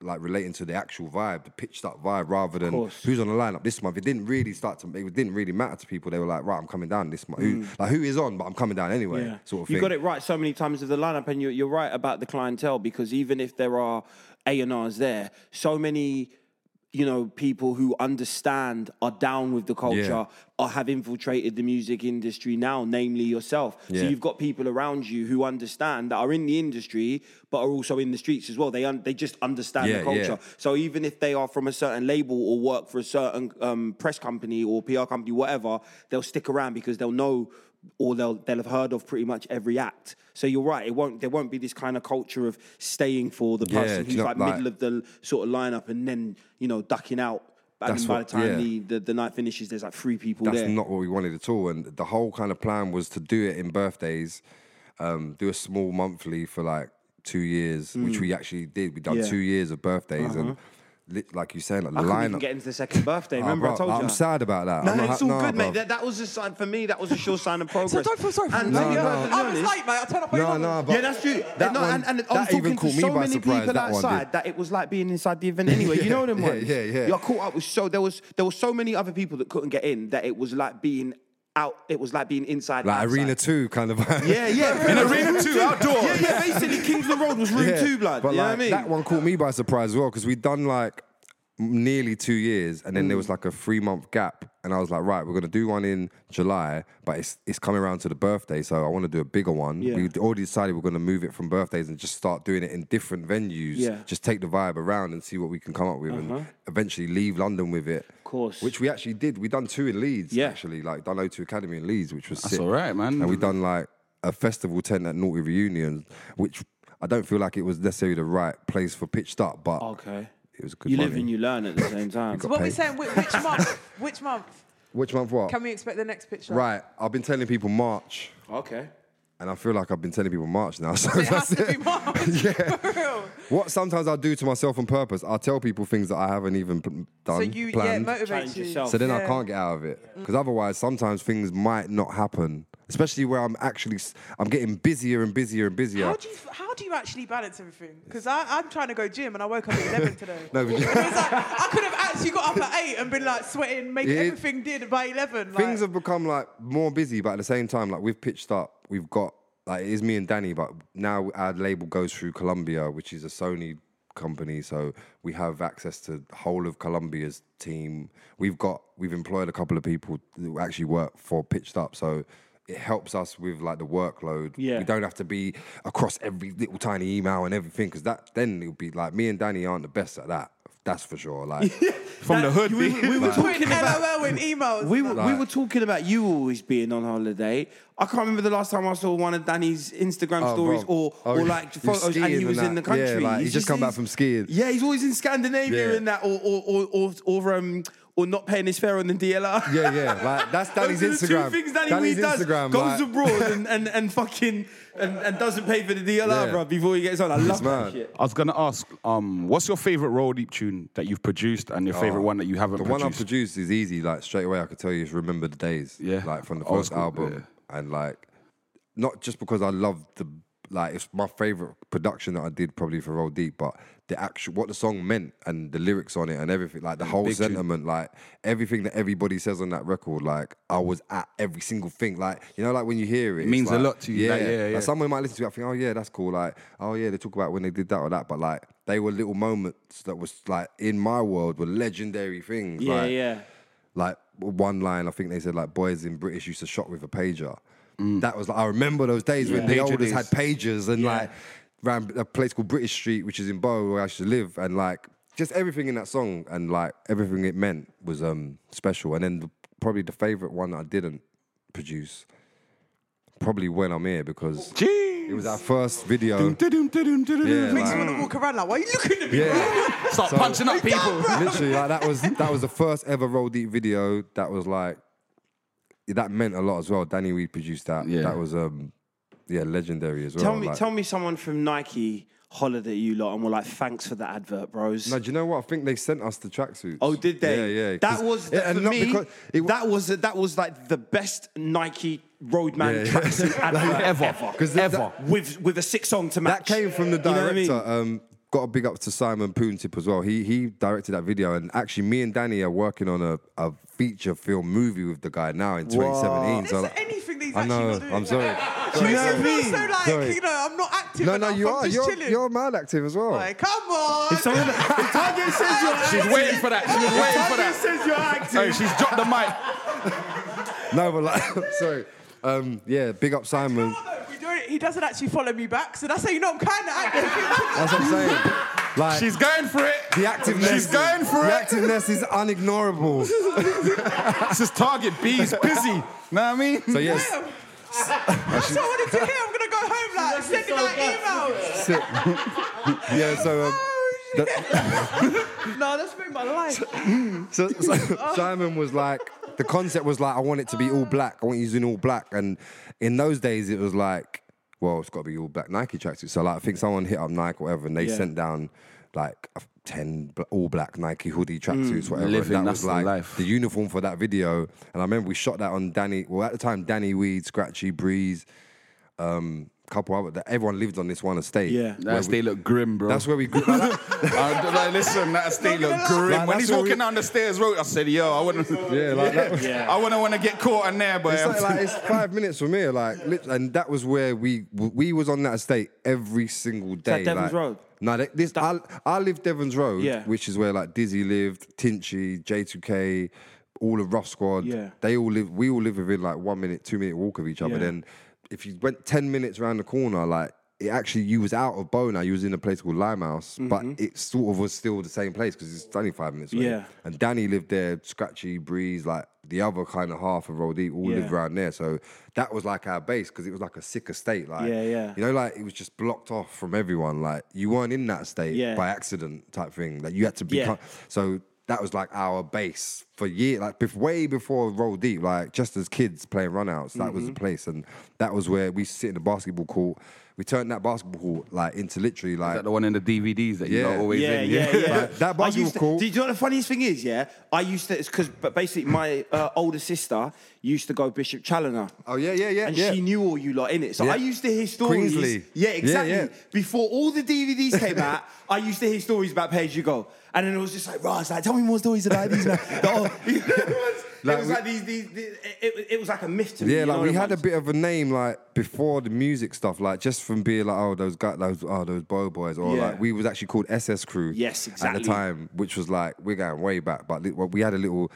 Speaker 5: like relating to the actual vibe, the pitched up vibe, rather than who's on the lineup this month. It didn't really start to. It didn't really matter to people. They were like, right, I'm coming down this month. Who like who is on? But I'm coming down anyway. Sort of thing.
Speaker 2: Mm. You got it right so many times with the lineup, and you're, you're right about the clientele because even if there are A and R's there, so many you know people who understand are down with the culture or have infiltrated the music industry now namely yourself so
Speaker 5: Yeah.
Speaker 2: you've got people around you who understand that are in the industry but are also in the streets as well they un- they just understand
Speaker 5: Yeah,
Speaker 2: the
Speaker 5: yeah.
Speaker 2: culture so even if they are from a certain label or work for a certain um, press company or PR company, whatever, they'll stick around because they'll know or they'll they'll have heard of pretty much every act. So you're right. It won't there won't be this kind of culture of staying for the
Speaker 5: Yeah,
Speaker 2: person
Speaker 5: do
Speaker 2: who's
Speaker 5: you know,
Speaker 2: like,
Speaker 5: like-
Speaker 2: middle of the sort of lineup and then you know ducking out and
Speaker 5: That's
Speaker 2: by
Speaker 5: what-
Speaker 2: the time
Speaker 5: yeah.
Speaker 2: the, the, the night finishes, there's like three people
Speaker 5: That's
Speaker 2: there.
Speaker 5: not what we wanted at all. And the whole kind of plan was to do it in birthdays, um, do a small monthly for like two years, which we actually did. We
Speaker 2: Mm.
Speaker 5: done
Speaker 2: Yeah. Uh-huh.
Speaker 5: two years of birthdays, and li- like you saying, like
Speaker 2: I
Speaker 5: the
Speaker 2: couldn't even
Speaker 5: lineup.
Speaker 2: get into the second birthday.
Speaker 5: Oh,
Speaker 2: Remember,
Speaker 5: bruv,
Speaker 2: I told you.
Speaker 5: I'm sad about that.
Speaker 2: No,
Speaker 5: I'm not
Speaker 2: it's
Speaker 5: hap-
Speaker 2: all
Speaker 5: nah,
Speaker 2: good,
Speaker 5: bruv.
Speaker 2: mate. That, that was a sign for me. That was a sure sign of progress.
Speaker 3: So don't feel sorry for
Speaker 2: And
Speaker 3: me.
Speaker 2: to be
Speaker 5: No, no.
Speaker 2: perfectly
Speaker 3: I was
Speaker 2: honest-
Speaker 3: late, mate. I turned up
Speaker 5: No,
Speaker 3: late.
Speaker 5: no, but
Speaker 2: yeah, that's true.
Speaker 5: That
Speaker 2: no,
Speaker 5: one-
Speaker 2: and, and I'm
Speaker 5: that
Speaker 2: talking
Speaker 5: even
Speaker 2: to
Speaker 5: caught me
Speaker 2: so
Speaker 5: by
Speaker 2: many
Speaker 5: surprise.
Speaker 2: people
Speaker 5: that one
Speaker 2: outside
Speaker 5: did.
Speaker 2: that it was like being inside the event anyway. You know them
Speaker 5: Yeah,
Speaker 2: ones.
Speaker 5: yeah, yeah.
Speaker 2: I caught up with so there was there were so many other people that couldn't get in that it was like being out. It was like being inside.
Speaker 5: like
Speaker 2: outside.
Speaker 5: Arena Two kind of.
Speaker 2: Yeah, yeah.
Speaker 4: In Arena 2, outdoor.
Speaker 2: Yeah, yeah. Basically, Kingsland Road was room two, blood.
Speaker 5: But
Speaker 2: you know
Speaker 5: like,
Speaker 2: what I mean?
Speaker 5: that one caught me by surprise as well because we'd done like nearly two years, and
Speaker 2: Mm.
Speaker 5: then there was like a three month gap, and I was like, right, we're gonna do one in July, but it's it's coming around to the birthday, so I want to do a bigger one.
Speaker 2: Yeah.
Speaker 5: We already decided we're gonna move it from birthdays and just start doing it in different venues.
Speaker 2: Yeah. Uh-huh.
Speaker 5: Just take the vibe around and see what we can come up with, and eventually leave London with it. Of
Speaker 2: course.
Speaker 5: Which we actually did. We done two in Leeds.
Speaker 2: Yeah.
Speaker 5: Actually, like done O2 Academy in Leeds, which was
Speaker 6: That's
Speaker 5: sick.
Speaker 6: all right, man.
Speaker 5: And we done like a festival tent at Naughty Reunion, which I don't feel like it was necessarily the right place for pitched up, but
Speaker 2: okay.
Speaker 5: it was good.
Speaker 2: You
Speaker 5: money.
Speaker 2: live and you learn at the same time.
Speaker 3: So what we saying? Which, which month? Which month
Speaker 5: Which month? What?
Speaker 3: can we expect the next picture?
Speaker 5: right. I've been telling people March,
Speaker 2: okay.
Speaker 5: and I feel like I've been telling people March now. So
Speaker 3: It has
Speaker 5: that's
Speaker 3: to
Speaker 5: it.
Speaker 3: be March. For real.
Speaker 5: What sometimes I do to myself on purpose, I tell people things that I haven't even p- done.
Speaker 3: So you, yeah,
Speaker 5: planned.
Speaker 3: motivates
Speaker 2: Challenge
Speaker 3: you.
Speaker 2: yourself.
Speaker 5: So then I
Speaker 3: Yeah.
Speaker 5: can't get out of it because otherwise, sometimes things might not happen. Especially where I'm actually, s- I'm getting busier and busier and busier.
Speaker 3: How do you how do you actually balance everything? Because I'm trying to go gym and I woke up at eleven today.
Speaker 5: No, but-
Speaker 3: And it's like, I could have actually got up at eight and been like sweating, make
Speaker 5: Yeah.
Speaker 3: everything did by eleven. Like,
Speaker 5: things have become like more busy, but at the same time, like we've pitched up, we've got like it is me and Danny, but now our label goes through Columbia, which is a Sony company, so we have access to the whole of Columbia's team. We've got we've employed a couple of people that actually work for pitched up, so. It helps us with like the workload.
Speaker 2: Yeah.
Speaker 5: We don't have to be across every little tiny email and everything because that then it'll be like me and Danny aren't the best at that. That's for sure. Like
Speaker 4: From the hood.
Speaker 2: We, we were
Speaker 3: putting
Speaker 2: talking about
Speaker 3: LOL in emails.
Speaker 2: We were, we were talking about you always being on holiday. I can't remember the last time I saw one of Danny's Instagram
Speaker 5: Oh,
Speaker 2: stories
Speaker 5: bro.
Speaker 2: or,
Speaker 5: Oh,
Speaker 2: or like
Speaker 5: he was
Speaker 2: photos, and
Speaker 5: skiing
Speaker 2: he
Speaker 5: and
Speaker 2: was in the
Speaker 5: that. Yeah,
Speaker 2: country.
Speaker 5: like, he just come back
Speaker 2: he's-
Speaker 5: from skiing.
Speaker 2: Yeah, he's always in Scandinavia
Speaker 5: Yeah.
Speaker 2: and that, or or or or, or um. Or not paying his fare on the DLR.
Speaker 5: Yeah, yeah, like, that's Danny's
Speaker 2: Those are the
Speaker 5: Instagram.
Speaker 2: Two things Danny
Speaker 5: Danny's
Speaker 2: Weed does.
Speaker 5: Instagram,
Speaker 2: goes
Speaker 5: like-
Speaker 2: abroad and, and, and fucking and, and doesn't pay for the DLR,
Speaker 5: Yeah.
Speaker 2: bro. Before he gets on, I love that
Speaker 5: mad.
Speaker 2: shit.
Speaker 6: I was gonna ask, um, what's your favorite Roll Deep tune that you've produced and your favorite one that you haven't
Speaker 5: Oh, The
Speaker 6: produced?
Speaker 5: one I produced is easy. Like straight away, I could tell you it's "Remember the Days."
Speaker 6: Yeah.
Speaker 5: like from the
Speaker 6: Old
Speaker 5: first
Speaker 6: school,
Speaker 5: album, and like not just because I love the like it's my favorite production that I did probably for Roll Deep, but the actual what the song meant and the lyrics on it and everything, like the whole sentiment, like everything that everybody says on that record, like I was at every single thing. Like you know, like when you hear it, it's
Speaker 6: means a
Speaker 5: like-
Speaker 6: lot to you, like, yeah,
Speaker 5: Like,
Speaker 6: yeah.
Speaker 5: someone might listen to it, I think, oh yeah, that's cool. Like, oh yeah, they talk about when they did that or that, but like they were little moments that was like in my world were legendary things.
Speaker 2: Yeah,
Speaker 5: like,
Speaker 2: yeah.
Speaker 5: Like one line, I think they said like boys in British used to shot with a pager. That was like, I remember those days when the
Speaker 6: Mm. Pager
Speaker 5: olders
Speaker 6: days.
Speaker 5: had pagers and like ran a place called British Street, which is in Bow where I used to live, and like just everything in that song and like everything it meant was um special. And then the, probably the favorite one that I didn't produce, probably when I'm here because
Speaker 6: Jeez.
Speaker 5: it was our first video.
Speaker 6: Du-dum, du-dum, du-dum,
Speaker 5: Yeah,
Speaker 6: du-dum.
Speaker 3: Makes
Speaker 5: like-
Speaker 3: you want to walk around like, why are you looking at me?
Speaker 5: yeah,
Speaker 6: Start punching up people.
Speaker 5: literally, like that was that was the first ever roll deep video. That was like that meant a lot as well. Danny Weed produced that.
Speaker 6: Yeah.
Speaker 5: That was um yeah legendary as well.
Speaker 2: Tell me,
Speaker 5: like-
Speaker 2: tell me, someone from Nike hollered at you lot and were like, "Thanks for that advert, bros."
Speaker 5: No, do you know what? I think they sent us the tracksuits.
Speaker 2: Oh, did they?
Speaker 5: Yeah, yeah. 'cause-
Speaker 2: That was
Speaker 5: Yeah,
Speaker 2: for
Speaker 5: not
Speaker 2: me.
Speaker 5: because- it wa-
Speaker 2: that was that was like the best Nike Roadman
Speaker 5: Yeah, yeah.
Speaker 2: tracksuit advert
Speaker 6: Ever.
Speaker 2: ever,
Speaker 5: 'Cause
Speaker 2: ever,
Speaker 5: that-
Speaker 2: with with a six song to
Speaker 5: that
Speaker 2: match.
Speaker 5: came from the
Speaker 2: You know what I
Speaker 5: director.
Speaker 2: mean?
Speaker 5: um, got a big up to Simon Poontip as well. He he directed that video, and actually, me and Danny are working on a, a feature film movie with the guy now in 2017.
Speaker 3: There's
Speaker 5: So like-
Speaker 3: anything that he's
Speaker 5: I know.
Speaker 3: actually not doing.
Speaker 5: I'm sorry.
Speaker 3: It
Speaker 5: Sorry.
Speaker 3: makes him feel so like,
Speaker 5: Sorry.
Speaker 3: you know, I'm not active.
Speaker 5: No, no,
Speaker 3: enough.
Speaker 5: you
Speaker 3: I'm
Speaker 5: are.
Speaker 3: Just
Speaker 5: You're,
Speaker 3: chilling.
Speaker 5: you're mad active as well.
Speaker 3: Like, come on.
Speaker 2: If someone, if Tiger says you're active,
Speaker 6: She's waiting for that. She was waiting for
Speaker 2: Tiger
Speaker 6: that.
Speaker 2: says you're active.
Speaker 6: Hey, she's dropped the mic.
Speaker 5: no, but like, sorry. Um, yeah, big
Speaker 3: You
Speaker 5: up
Speaker 3: know
Speaker 5: Simon.
Speaker 3: what, though? We do it- He doesn't actually follow me back, so that's how you know I'm kind of active.
Speaker 5: That's what I'm saying. Like
Speaker 6: She's going for it.
Speaker 5: the activeness.
Speaker 6: She's going for
Speaker 5: the
Speaker 6: it.
Speaker 5: activeness is unignorable.
Speaker 6: This is Target B's busy. Know what I mean?
Speaker 5: So yes,
Speaker 3: Damn. That's what I wanted to hear. I'm gonna go home like sending out emails.
Speaker 5: sit. yeah. So um,
Speaker 3: Oh no, that's been my life.
Speaker 5: So, so
Speaker 2: Oh.
Speaker 5: Simon was like, the concept was like, I want it to be all black. I want you in all black. And in those days, it was like, well, it's got to be all black Nike tracksuit. So like, I think someone hit up Nike, or whatever, and they
Speaker 2: Yeah.
Speaker 5: sent down like a- ten bl- all black Nike
Speaker 2: Mm.
Speaker 5: hoodie tracksuits, whatever.
Speaker 6: Living,
Speaker 5: and that
Speaker 6: that's the
Speaker 5: was like
Speaker 6: life.
Speaker 5: the uniform for that video. And I remember we shot that on Danny. Well, at the time, Danny Weed, Scratchy Breeze. Um, couple other that everyone lived on this one estate.
Speaker 2: Yeah.
Speaker 5: Where
Speaker 6: That
Speaker 5: we-
Speaker 6: they look grim, bro.
Speaker 5: that's where we grew.
Speaker 6: I, like, listen, that estate look grim.
Speaker 5: Like,
Speaker 6: when
Speaker 5: that's
Speaker 6: he's
Speaker 5: what
Speaker 6: walking
Speaker 5: we-
Speaker 6: down the stairs road, I said, "Yo, I wouldn't."
Speaker 5: yeah, like that.
Speaker 6: I wouldn't want to get caught in there, but
Speaker 5: It's like, like, it's five minutes from here, like, lit- and that was where we we was on that estate every single day.
Speaker 2: Devon's
Speaker 5: like-
Speaker 2: Road?
Speaker 5: No, that- this I, I lived Devon's Road,
Speaker 2: Yeah.
Speaker 5: which is where like Dizzy lived, Tinchy, J2K, all of Rough Squad.
Speaker 2: Yeah.
Speaker 5: they all live. We all live within like one minute, two minute walk of each other.
Speaker 2: Yeah.
Speaker 5: Then, if you went ten minutes around the corner, like. It actually, you was out of Bow now. You was in a place called Limehouse, but it sort of was still the same place because it's only five minutes away.
Speaker 2: Mm-hmm. Yeah.
Speaker 5: And Danny lived there, Scratchy, Breeze, like the other kind of half of Road all lived
Speaker 2: Yeah.
Speaker 5: around there. So that was like our base because it was like a sick estate. Like,
Speaker 2: Yeah, yeah.
Speaker 5: You know, like it was just blocked off from everyone. Like you weren't in that state
Speaker 2: Yeah.
Speaker 5: by accident type thing. Like you had to
Speaker 2: Yeah.
Speaker 5: become. So that was like our base for year, like bef- way before Roll Deep. Like just as kids playing runouts, that was the
Speaker 2: Mm-hmm.
Speaker 5: place, and that was where we sit in the basketball court. We turned that basketball court like into literally like.
Speaker 6: that the one in the DVDs that
Speaker 5: Yeah.
Speaker 6: you're always
Speaker 2: yeah,
Speaker 6: in.
Speaker 2: yeah, yeah.
Speaker 5: Like, that
Speaker 2: I
Speaker 5: basketball
Speaker 2: used to-
Speaker 5: court-
Speaker 2: Did you know what the funniest thing is? Yeah, I used to. It's because basically my uh, older sister used to go Bishop Challoner.
Speaker 5: Oh, yeah, yeah, yeah,
Speaker 2: And
Speaker 5: yeah.
Speaker 2: she knew all you lot in it, so
Speaker 5: Yeah.
Speaker 2: I used to hear stories.
Speaker 5: Queensley.
Speaker 2: Yeah,
Speaker 5: Yeah,
Speaker 2: exactly.
Speaker 5: yeah.
Speaker 2: Before all the DVDs came out, I used to hear stories about Page You Go, and then it was just like, Ross, like, tell me more stories about these. Now. The whole- it was,
Speaker 5: Like
Speaker 2: it was
Speaker 5: we-
Speaker 2: like these. these, these- it, it, it was like a myth to me.
Speaker 5: Yeah,
Speaker 2: you
Speaker 5: like
Speaker 2: know
Speaker 5: we
Speaker 2: what I
Speaker 5: had a
Speaker 2: mean?
Speaker 5: bit of a name like before the music stuff, like just from being like, oh, those guys, those oh, those bow boys, or
Speaker 2: Yeah.
Speaker 5: like we was actually called SS Crew.
Speaker 2: Yes,
Speaker 5: At
Speaker 2: exactly.
Speaker 5: the time, which was like we're going way back, but li- well, we had a little.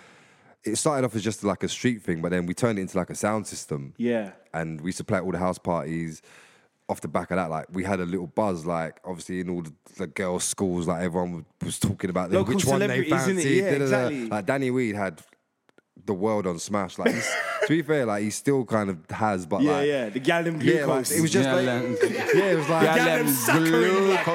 Speaker 5: It started off as just like a street thing, but then we turned it into like a sound system.
Speaker 2: Yeah.
Speaker 5: and we used to play at all the house parties. Off the back of that, like we had a little buzz, like obviously in all the, the girls' schools, like everyone was, was talking about them,
Speaker 2: Local
Speaker 5: which one they
Speaker 2: celebrities, innit?
Speaker 5: fancied.
Speaker 2: Yeah,
Speaker 5: da-da-da.
Speaker 2: exactly.
Speaker 5: Like Danny Weed had the world on Smash. Like, he's, to be fair, like he still kind of has, but
Speaker 2: Yeah,
Speaker 5: like,
Speaker 2: yeah, the Gallon
Speaker 5: yeah, like,
Speaker 2: Glucose.
Speaker 5: it was just
Speaker 6: Yeah,
Speaker 5: like,
Speaker 6: like-
Speaker 5: yeah, it was like,
Speaker 2: Gallon Saccharine, like-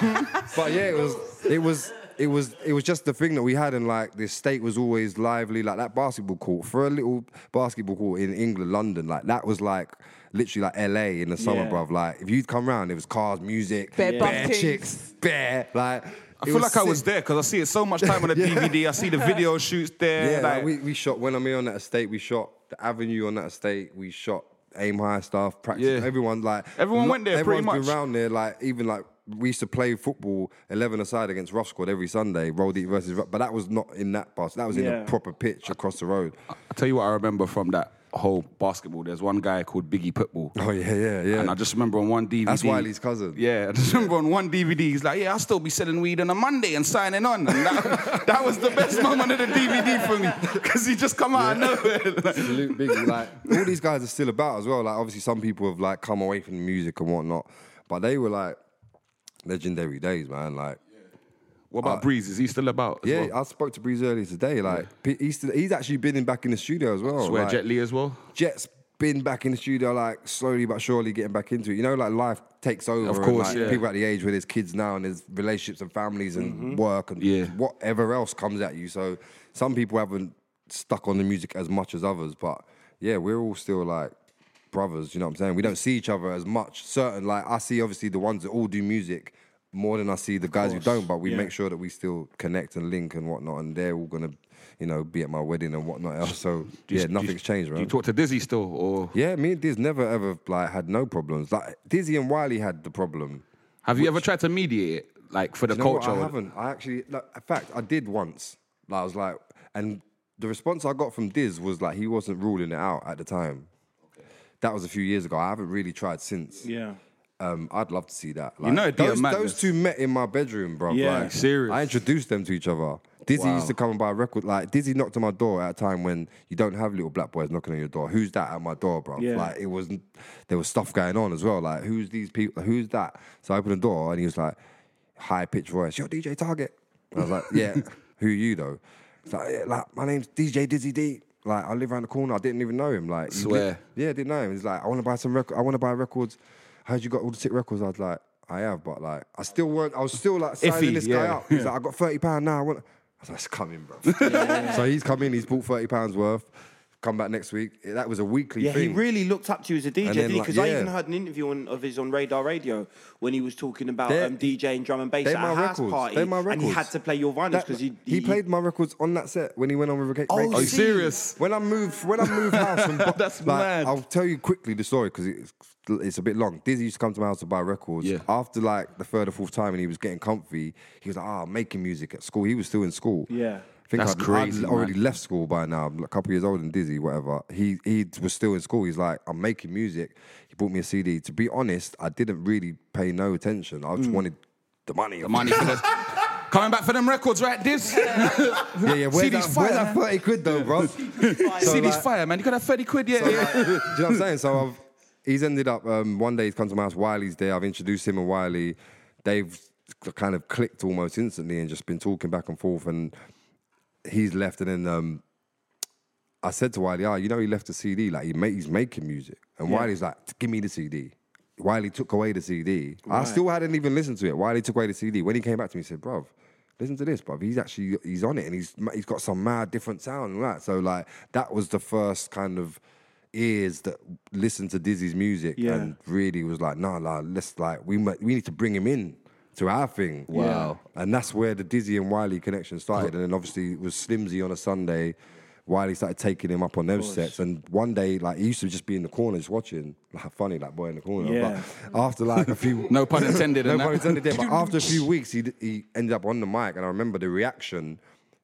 Speaker 5: but yeah, it was, it was. It was it was just the thing that we had, and like the state was always lively. Like that basketball court for a little basketball court in England, London, like that was like literally like LA in the summer,
Speaker 2: Yeah.
Speaker 5: bruv. Like if you'd come round, it was cars, music,
Speaker 3: Bare
Speaker 5: bare,
Speaker 3: bumpkins.
Speaker 5: chicks, bare. Like
Speaker 6: I feel like I was there because I see it so much time on the DVD. I see the video shoots there.
Speaker 5: Yeah, like,
Speaker 6: like,
Speaker 5: we, we shot when I'm here on that estate, we shot the avenue on that estate, we shot aim high stuff, practice.
Speaker 6: Yeah.
Speaker 5: Everyone like
Speaker 6: Everyone went there pretty
Speaker 5: Everyone's been
Speaker 6: much.
Speaker 5: around there, like even like we used to play football eleven aside against Rough Squad every Sunday, Roll Deep versus Rough, but that was not in that bus. That was in
Speaker 2: Yeah.
Speaker 5: a proper pitch across the road.
Speaker 6: I tell you what I remember from that whole basketball. There's one guy called Biggie Pitbull.
Speaker 5: Oh yeah, yeah, yeah.
Speaker 6: And I just remember on one DVD.
Speaker 5: That's Wiley's cousin.
Speaker 6: Yeah, I just remember on one DVD, he's like, yeah, I'll still be selling weed on a Monday and signing on. And that, that was the best moment of the DVD for me because he just come out of nowhere.
Speaker 5: Salute Biggie. Like all these guys are still about as well. Like obviously some people have like come away from the music and whatnot, but they were like legendary days, man. Like
Speaker 6: What about Breeze? Is he still about? as
Speaker 5: Yeah,
Speaker 6: well?
Speaker 5: I spoke to Breeze earlier today. Like pe- he's, still- he's actually been in back in the studio as well.
Speaker 6: Swear
Speaker 5: like,
Speaker 6: Jet Li as well.
Speaker 5: has been back in the studio, like slowly but surely getting back into it. You know, like life takes over.
Speaker 6: Of
Speaker 5: and,
Speaker 6: course,
Speaker 5: like,
Speaker 6: yeah.
Speaker 5: people at the age where there's kids now and there's relationships and families and work and
Speaker 6: Mm-hmm. Yeah.
Speaker 5: whatever else comes at you. So some people haven't stuck on the music as much as others, but yeah, we're all still like brothers. You know what I'm saying? We don't see each other as much. Certain like I see obviously the ones that all do music. More than I see the guys who don't, but we
Speaker 2: yeah.
Speaker 5: make sure that we still connect and link and whatnot, and they're all gonna, you know, be at my wedding and whatnot else. So
Speaker 6: Do you-
Speaker 5: yeah,
Speaker 6: do you-
Speaker 5: nothing's changed,
Speaker 6: do
Speaker 5: man.
Speaker 6: You talk to Dizzy still, or
Speaker 5: Yeah, me and Diz never ever like had no problems. Like Dizzy and Wiley had the problem.
Speaker 6: have you ever tried to mediate it, like for the
Speaker 5: You know what?
Speaker 6: culture?
Speaker 5: I haven't. I actually, like, in fact, I did once. Like, I was like, and the response I got from Diz was like he wasn't ruling it out at the time. That was a few years ago. I haven't really tried since.
Speaker 2: yeah.
Speaker 5: Um, I'd love to see that. Like,
Speaker 6: know it'd be a
Speaker 5: those, those
Speaker 6: madness.
Speaker 5: two met in my bedroom, bro.
Speaker 2: Yeah.
Speaker 5: like,
Speaker 6: Serious.
Speaker 5: I introduced them to each other. Dizzy
Speaker 6: Wow.
Speaker 5: used to come and buy a record. Like Dizzy knocked on my door at a time when you don't have little black boys knocking on your door. Who's that at my door, bro?
Speaker 2: Yeah.
Speaker 5: Like it was, there was stuff going on as well. Like who's these people? Who's that? So I opened the door and he was like, high pitched voice. You're DJ Target. And I was like, yeah. Who you though? It's like, yeah, like my name's DJ Dizzy D. Like I live around the corner. I didn't even know him. Like he
Speaker 6: Swear.
Speaker 5: yeah, I didn't know him. He's like, I want to buy some record. I want to buy records. How'd you got all the sick records? I was like, I have, but like, I still weren't. I was still like
Speaker 6: Iffy,
Speaker 5: sizing this guy
Speaker 6: yeah,
Speaker 5: up. He's
Speaker 6: yeah.
Speaker 5: like, I got thirty pound now. I want. I was like, it's coming, bro. So he's come in. He's bought thirty pounds worth. Come back next week. That was a weekly
Speaker 2: Yeah, he
Speaker 5: thing.
Speaker 2: really looked up to you as a DJ,
Speaker 5: then,
Speaker 2: didn't he?
Speaker 5: like,
Speaker 2: Because I
Speaker 5: yeah.
Speaker 2: even heard an interview on, of his on Radar Radio when he was talking about
Speaker 5: They're-
Speaker 2: um, DJing drum and bass
Speaker 5: they're
Speaker 2: at
Speaker 5: my
Speaker 2: a house
Speaker 5: records.
Speaker 2: party,
Speaker 5: They're my
Speaker 2: and he
Speaker 5: records.
Speaker 2: had to play your vinyls
Speaker 5: That-
Speaker 2: because he,
Speaker 5: he played my records on that set when he went on with
Speaker 2: Oh,
Speaker 5: Ra- Rake.
Speaker 6: Are you serious?
Speaker 5: When I moved, when I moved house, from Bo-
Speaker 6: That's
Speaker 5: like,
Speaker 6: mad.
Speaker 5: I'll tell you quickly the story because it's, it's a bit long. Dizzy used to come to my house to buy records.
Speaker 6: Yeah.
Speaker 5: After like the third or fourth time, and he was getting comfy. He was like, "Ah, I'm making music at school." He was still in school.
Speaker 2: Yeah.
Speaker 5: I think
Speaker 6: That's
Speaker 5: I'd,
Speaker 6: crazy,
Speaker 5: I'd already
Speaker 6: man.
Speaker 5: left school by now. I'm a couple years older than Dizzy, whatever. He he was still in school. He's like, "I'm making music." He bought me a CD. To be honest, I didn't really pay no attention. I just wanted the money.
Speaker 6: Mm. The money for this. Coming back for them records, right, Diz?
Speaker 5: Yeah, yeah. Where's that,
Speaker 6: CD's
Speaker 5: where's
Speaker 6: fire,
Speaker 5: that
Speaker 6: man.
Speaker 5: 30 quid though, bro?
Speaker 6: See these
Speaker 5: like-
Speaker 6: fire, man. You got that 30 quid, yeah,
Speaker 5: So,
Speaker 6: yeah.
Speaker 5: like, do you know what I'm saying? So I've, he's ended up um, one day he's come to my house. Wiley's there. I've introduced him and Wiley. They've kind of clicked almost instantly and just been talking back and forth. And he's left, and then um, I said to Wiley, "Ah, you know, he left the CD. Like he ma- he's making music." And Wiley's like, "Give me the CD." Wiley took away the CD. I still hadn't even listened to it. Wiley took away the CD. When he came back to me, he said, "Bruv." Listen to this, bruv. He's actually he's on it, and he's he's got some mad different sound and all that. So like that was the first kind of ears that listened to Dizzy's music
Speaker 2: Yeah.
Speaker 5: and really was like, nah, nah, let's like we mu- we need to bring him in to our thing.
Speaker 6: Wow.
Speaker 5: And that's where the Dizzy and Wiley connection
Speaker 6: Oh.
Speaker 5: started. And then obviously it was Slimzy on a Sunday. Wiley started taking him up on those sets. And one day, like, he used to just be in the corner just watching. Like, funny, like, boy in the corner.
Speaker 2: Yeah.
Speaker 5: But after, like, a few.
Speaker 6: No pun intended
Speaker 5: no
Speaker 6: in that.
Speaker 5: pun intended there. But after a few weeks, he, he ended up on the mic. And I remember the reaction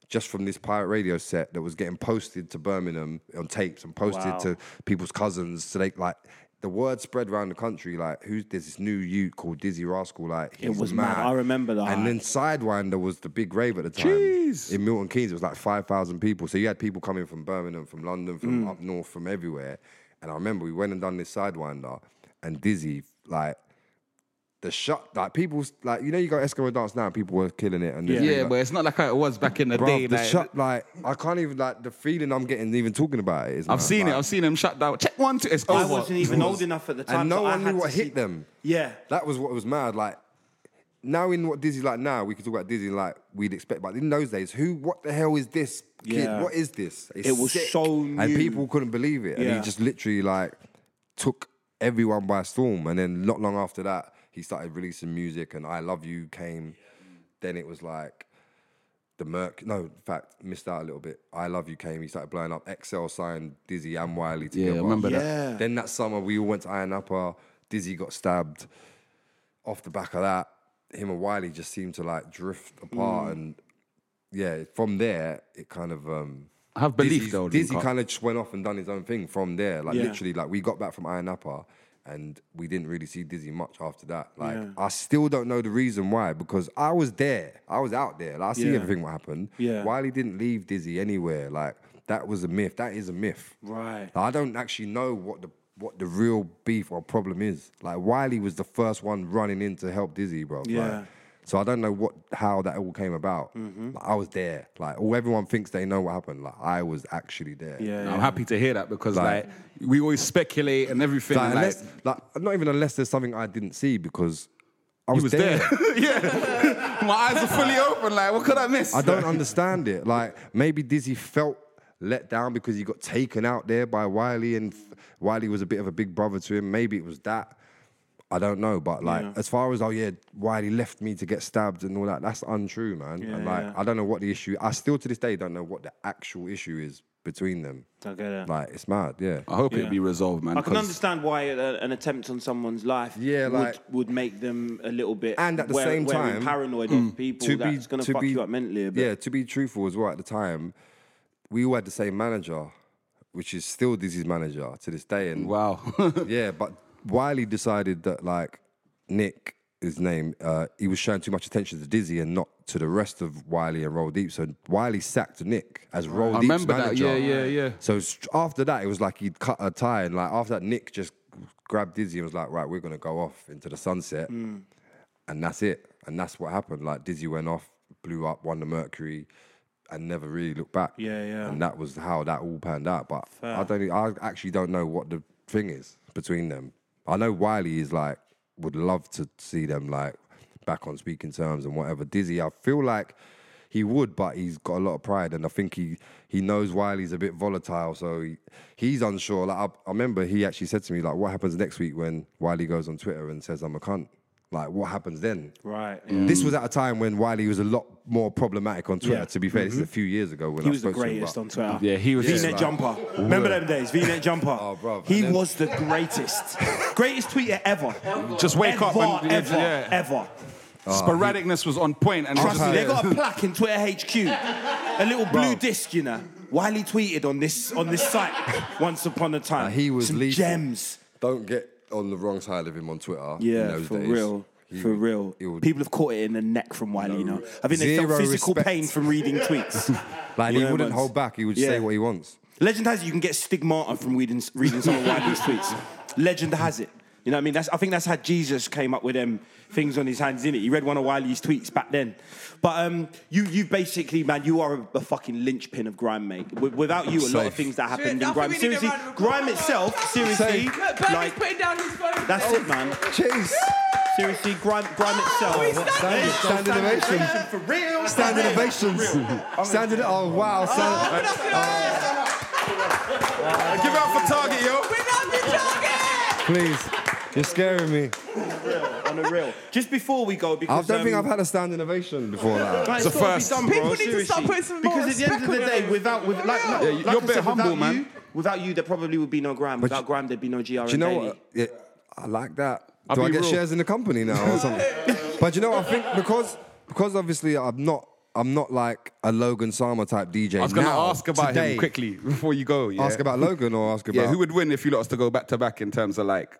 Speaker 5: just from this pirate radio set that was getting posted to Birmingham on tapes and posted
Speaker 2: Wow.
Speaker 5: to people's cousins. So they, like, the word spread around the country, like, who's there's this new youth called Dizzy Rascal? Like,
Speaker 2: It
Speaker 5: he's
Speaker 2: was mad. I remember that.
Speaker 5: And then Sidewinder was the big rave at the time.
Speaker 6: Jeez.
Speaker 5: In Milton Keynes, it was like 5,000 people. So you had people coming from Birmingham, from London, from
Speaker 2: Mm.
Speaker 5: up north, from everywhere. And I remember we went and done this Sidewinder and Dizzy, like, the shot, like, people, like, you know, you go Eskimo dance now, people were killing it. And
Speaker 6: Yeah,
Speaker 5: there's been, like,
Speaker 6: but it's not like how it was back in the
Speaker 5: bruv,
Speaker 6: day.
Speaker 5: the
Speaker 6: like-
Speaker 5: shot, like, I can't even, like, the feeling I'm getting even talking about it is.
Speaker 6: I've
Speaker 5: mad,
Speaker 6: seen it.
Speaker 5: like-
Speaker 6: I've seen him shut down. Check one, two. It's over.
Speaker 2: I wasn't even old enough at the time.
Speaker 5: and
Speaker 2: so
Speaker 5: no
Speaker 2: I
Speaker 5: one
Speaker 2: had
Speaker 5: knew
Speaker 2: to
Speaker 5: what
Speaker 2: see-
Speaker 5: hit them.
Speaker 2: Yeah.
Speaker 5: That was what was mad. Like now in what Dizzy like now, we could talk about Dizzy like we'd expect, but in those days, who what the hell is this kid?
Speaker 2: Yeah.
Speaker 5: What is this? It's
Speaker 2: It was so
Speaker 5: And
Speaker 2: new.
Speaker 5: people couldn't believe it. And
Speaker 2: Yeah.
Speaker 5: he just literally like took everyone by storm. And then not long after that, he started releasing music and I Love You came. Then it was like the Merc, no, in fact, missed out a little bit. I Love You came, he started blowing up. XL signed Dizzy and Wiley together.
Speaker 6: remember that.
Speaker 2: Yeah.
Speaker 5: Then that summer, we all went to Iron Upper. Dizzy got stabbed. Off the back of that, him and Wiley just seemed to like drift apart. And yeah, from there, it kind of. um
Speaker 6: I have belief
Speaker 5: Dizzy's-
Speaker 6: though.
Speaker 5: Dizzy
Speaker 6: Lincoln.
Speaker 5: kind of just went off and done his own thing from there. Like
Speaker 2: Yeah.
Speaker 5: literally, like we got back from Iron Upper and we didn't really see Dizzy much after that. Like I still don't know the reason why because I was there. I was out there. Like, I see
Speaker 2: Yeah.
Speaker 5: everything what happened.
Speaker 2: Yeah.
Speaker 5: Wiley didn't leave Dizzy anywhere. Like that was a myth. That is a myth.
Speaker 2: Right.
Speaker 5: Like, I don't actually know what the what the real beef or problem is. Like Wiley was the first one running in to help Dizzy, bro. Like,
Speaker 2: Yeah.
Speaker 5: so I don't know what how that all came about. Like, I was there. Like all everyone thinks they know what happened. Like I was actually there.
Speaker 2: Yeah.
Speaker 6: I'm happy to hear that because like,
Speaker 5: Like-
Speaker 6: we always speculate and everything.
Speaker 5: Like,
Speaker 6: Like,
Speaker 5: unless, like not even unless there's something I didn't see because I
Speaker 6: he
Speaker 5: was,
Speaker 6: was there. yeah, my eyes are fully open. Like what could I miss?
Speaker 5: I don't understand it. Like maybe Dizzy felt let down because he got taken out there by Wiley, and f- Wiley was a bit of a big brother to him. Maybe it was that. I don't know, but like as far as oh yeah, Wiley left me to get stabbed and all that. That's untrue, man. and like I don't know what the issue. I still to this day don't know what the actual issue is between them.
Speaker 2: I get it.
Speaker 5: Like it's mad, yeah.
Speaker 6: I hope it'd be resolved, man.
Speaker 2: I can
Speaker 6: 'cause
Speaker 2: understand why a, an attempt on someone's life
Speaker 5: Yeah,
Speaker 2: would,
Speaker 5: like-
Speaker 2: would make them a little bit
Speaker 5: And at the
Speaker 2: wear-
Speaker 5: same
Speaker 2: wearing
Speaker 5: time, mm,
Speaker 2: paranoid of people that's going to fuck you up mentally a bit.
Speaker 5: Yeah, to be truthful as well, at the time, we all had the same manager, which is still Dizzy's manager to this day. And
Speaker 6: Wow.
Speaker 5: yeah, but Wiley decided that like Nick, his name, uh, he was showing too much attention to Dizzy and not to the rest of Wiley and Roll Deep. So Wiley sacked Nick as Roll
Speaker 6: I
Speaker 5: Deep's
Speaker 6: remember that.
Speaker 5: manager.
Speaker 6: Yeah, yeah, yeah.
Speaker 5: So st- after that, it was like he'd cut a tie, and like after that, Nick just grabbed Dizzy and was like, "Right, we're gonna go off into the sunset,"
Speaker 6: Hmm.
Speaker 5: and that's it. And that's what happened. Like Dizzy went off, blew up, won the Mercury, and never really looked back.
Speaker 2: Yeah, yeah.
Speaker 5: And that was how that all panned out. But I don't, e- I actually don't know what the thing is between them. I know Wiley is like would love to see them like back on speaking terms and whatever. Dizzy, I feel like he would, but he's got a lot of pride, and I think he he knows Wiley's a bit volatile, so he, he's unsure. Like I, I remember, he actually said to me like, "What happens next week when Wiley goes on Twitter and says I'm a cunt?" Like, what happens then?
Speaker 2: Right.
Speaker 5: This was at a time when Wiley was a lot more problematic on Twitter. To be fair, this is a few years ago when
Speaker 2: Mm-hmm. He
Speaker 5: I
Speaker 2: was the
Speaker 5: spoke to him,
Speaker 2: greatest
Speaker 5: but-
Speaker 2: on Twitter.
Speaker 6: Yeah, he was
Speaker 2: V-neck
Speaker 6: just like-
Speaker 2: jumper. Remember them days, V-neck jumper.
Speaker 5: Oh, bruv.
Speaker 2: He
Speaker 5: And then-
Speaker 2: was the greatest, greatest tweeter ever.
Speaker 6: Just wake
Speaker 2: ever,
Speaker 6: up and-
Speaker 2: ever,
Speaker 6: yeah.
Speaker 2: ever.
Speaker 6: Sporadicness was on point, and
Speaker 2: Trust me,
Speaker 5: Okay.
Speaker 2: they got a plaque in Twitter HQ, a little blue disc, you know. Wiley tweeted on this on this site once upon a time.
Speaker 5: Nah, he was
Speaker 2: Some
Speaker 5: lethal.
Speaker 2: gems.
Speaker 5: Don't get on the wrong side of him on Twitter. in
Speaker 2: Yeah,
Speaker 5: those
Speaker 2: for
Speaker 5: days.
Speaker 2: real.
Speaker 5: He
Speaker 2: for
Speaker 5: would-
Speaker 2: real.
Speaker 5: he would-
Speaker 2: People have caught it in the neck from Wiley, you know. I think they felt
Speaker 5: Zero
Speaker 2: physical
Speaker 5: respect.
Speaker 2: pain from reading tweets.
Speaker 5: Like
Speaker 2: You
Speaker 5: he
Speaker 2: know,
Speaker 5: wouldn't
Speaker 2: man.
Speaker 5: hold back. He would
Speaker 2: Yeah.
Speaker 5: say what he wants.
Speaker 2: Legend has it you can get stigmata from reading, reading some of Wiley's tweets. Legend has it. You know what I mean? That's, I think that's how Jesus came up with them things on his hands, innit? He read one of Wiley's tweets back then. But um, you, you basically, man, you are a, a fucking linchpin of grime, mate. Wi- without you, a lot of
Speaker 5: Safe.
Speaker 2: things that happened
Speaker 3: Shit, I
Speaker 2: in
Speaker 3: think
Speaker 2: grime.
Speaker 3: we need a
Speaker 2: Seriously,
Speaker 3: round of applause.
Speaker 2: grime itself, seriously,
Speaker 5: Safe.
Speaker 3: Look, Bernie's
Speaker 2: like,
Speaker 3: putting down his phone.
Speaker 2: that's it, man.
Speaker 5: Jeez.
Speaker 2: Seriously, grime,
Speaker 3: Oh,
Speaker 2: grime itself.
Speaker 5: Standing, standing ovation.
Speaker 2: For real.
Speaker 5: Standing ovations. Standing. Oh wow. Stand-
Speaker 3: Put up your hands.
Speaker 4: Give out for Target, yo.
Speaker 3: We love you, Target.
Speaker 5: please. You're scaring me.
Speaker 2: On the real. Just before we go,
Speaker 5: I
Speaker 2: because
Speaker 5: don't think
Speaker 2: um,
Speaker 5: I've had a standing ovation before that.
Speaker 2: Guys,
Speaker 6: It's a
Speaker 2: gotta be
Speaker 6: first.
Speaker 2: done,
Speaker 3: People
Speaker 2: bro,
Speaker 3: need to start
Speaker 2: seriously.
Speaker 3: putting some more
Speaker 2: Because at the end of the
Speaker 3: respect on
Speaker 2: day,
Speaker 3: it.
Speaker 2: without with,
Speaker 3: For
Speaker 2: like,
Speaker 3: real.
Speaker 2: like,
Speaker 3: Yeah,
Speaker 6: you're
Speaker 2: like I
Speaker 6: a bit
Speaker 2: said,
Speaker 6: humble,
Speaker 2: without you,
Speaker 6: man.
Speaker 2: without you, there probably would be no grime.
Speaker 5: But
Speaker 2: without
Speaker 5: you-
Speaker 2: grime, there'd be no GR.
Speaker 5: Do you know
Speaker 2: daily.
Speaker 5: what? Yeah, I like that.
Speaker 6: I'll
Speaker 5: Do I
Speaker 6: be
Speaker 5: get
Speaker 6: real.
Speaker 5: shares in the company now or something? but you know, I think because because obviously I'm not I'm not like a Logan Sama type DJ.
Speaker 6: I was going to
Speaker 5: now,
Speaker 6: ask about
Speaker 5: today.
Speaker 6: him quickly before you go. Yeah?
Speaker 5: Ask about Logan or ask about
Speaker 6: Yeah, who would win if you lot us to go back to back in terms of like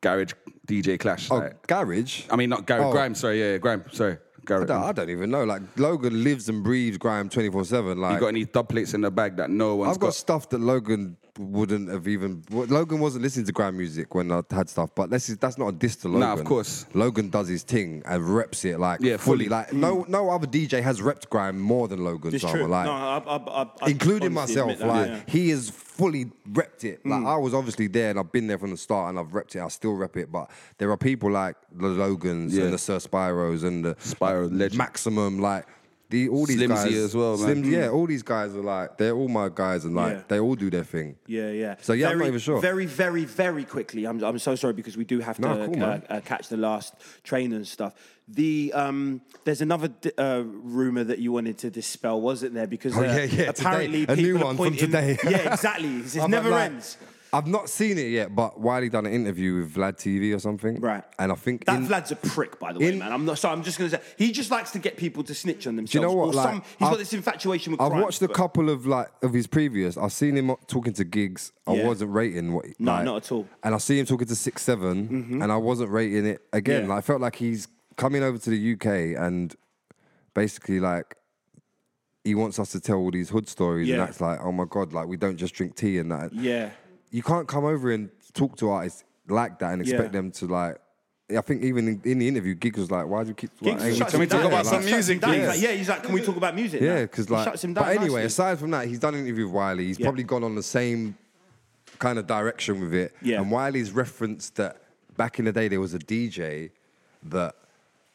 Speaker 6: garage DJ clash?
Speaker 5: oh,
Speaker 6: like-
Speaker 5: Garage?
Speaker 6: I mean, not garage.
Speaker 5: Oh.
Speaker 6: Grime. Sorry, yeah, yeah, Grime. Sorry,
Speaker 5: I
Speaker 6: garage.
Speaker 5: don't, I don't even know. Like Logan lives and breathes grime twenty four seven. Like
Speaker 6: You got any dub plates in the bag that no one's
Speaker 5: I've got, stuff that Logan wouldn't have even. well, Logan wasn't listening to grime music when I had stuff, but that's that's not a diss to Logan.
Speaker 6: Nah, of course.
Speaker 5: Logan does his thing and reps it like
Speaker 6: Yeah,
Speaker 5: fully.
Speaker 6: fully.
Speaker 5: Like no no other DJ has repped grime more than Logan.
Speaker 2: Mm. It's
Speaker 5: Sama,
Speaker 2: true.
Speaker 5: Like,
Speaker 2: No, I- I- I- I
Speaker 5: including
Speaker 2: honestly
Speaker 5: myself.
Speaker 2: admit that,
Speaker 5: like
Speaker 2: yeah. Mm.
Speaker 5: he has fully repped it. Like I was obviously there and I've been there from the start and I've repped it. I still rep it, but there are people like the Logans
Speaker 6: Yeah.
Speaker 5: and the Sir Spyros and the
Speaker 6: Spyro, legend.
Speaker 5: Maximum, like. The, all these
Speaker 6: Slim
Speaker 5: guys
Speaker 6: Z as well, man.
Speaker 5: Slim- yeah, all these guys are like they're all my guys, and like
Speaker 2: Yeah.
Speaker 5: they all do their thing.
Speaker 2: Yeah, yeah.
Speaker 5: So yeah,
Speaker 2: very,
Speaker 5: I'm not even sure.
Speaker 2: Very, very, very quickly. I'm, I'm so sorry because we do have
Speaker 5: No,
Speaker 2: to
Speaker 5: cool,
Speaker 2: uh,
Speaker 5: man.
Speaker 2: uh, catch the last train and stuff. The um, there's another d- uh, rumor that you wanted to dispel, wasn't there? Because uh,
Speaker 5: Oh, yeah, yeah, today.
Speaker 2: apparently
Speaker 5: A new
Speaker 2: people are
Speaker 5: one from
Speaker 2: pointing-
Speaker 5: today.
Speaker 2: yeah, exactly. It
Speaker 5: I'm
Speaker 2: never
Speaker 5: like-
Speaker 2: ends.
Speaker 5: I've not seen it yet, but Wiley done an interview with Vlad TV or something,
Speaker 2: Right.
Speaker 5: And I think
Speaker 2: that
Speaker 5: in-
Speaker 2: Vlad's a prick, by the way,
Speaker 5: in-
Speaker 2: man. I'm not. So I'm just gonna say he just likes to get people to snitch on themselves.
Speaker 5: Do you know what?
Speaker 2: Or
Speaker 5: Like,
Speaker 2: some, he's got
Speaker 5: I've-
Speaker 2: this infatuation with.
Speaker 5: I've
Speaker 2: crime,
Speaker 5: watched a
Speaker 2: but-
Speaker 5: couple of like of his previous. I've seen him talking to gigs. I
Speaker 2: Yeah.
Speaker 5: wasn't rating what.
Speaker 2: No,
Speaker 5: like-
Speaker 2: not at all. Mm-hmm.
Speaker 5: And I see him talking to six seven, and I wasn't rating it again.
Speaker 2: Yeah.
Speaker 5: Like, I felt like he's coming over to the UK and basically like. He wants us to tell all these hood stories,
Speaker 2: Yeah.
Speaker 5: and that's like, oh my god, like we don't just drink tea and that.
Speaker 2: Yeah.
Speaker 5: you can't come over and talk to artists like that and expect
Speaker 2: Yeah.
Speaker 5: them to like. I think even in, in the interview, Gig was like, "Why do you keep?" like,
Speaker 2: Giggs
Speaker 5: hey,
Speaker 2: shuts
Speaker 5: can we
Speaker 2: him
Speaker 5: talk
Speaker 2: down. He
Speaker 5: about some
Speaker 2: shuts him
Speaker 5: music?
Speaker 2: down. He's
Speaker 5: Yeah.
Speaker 2: like, yeah, he's like, can we talk about music?
Speaker 5: Yeah,
Speaker 2: now?
Speaker 5: because
Speaker 2: He
Speaker 5: like,
Speaker 2: shuts him down.
Speaker 5: but anyway,
Speaker 2: nicely.
Speaker 5: aside from that, he's done an interview with Wiley. He's
Speaker 2: Yeah.
Speaker 5: probably gone on the same kind of direction with it.
Speaker 2: Yeah.
Speaker 5: And Wiley's referenced that back in the day there was a DJ that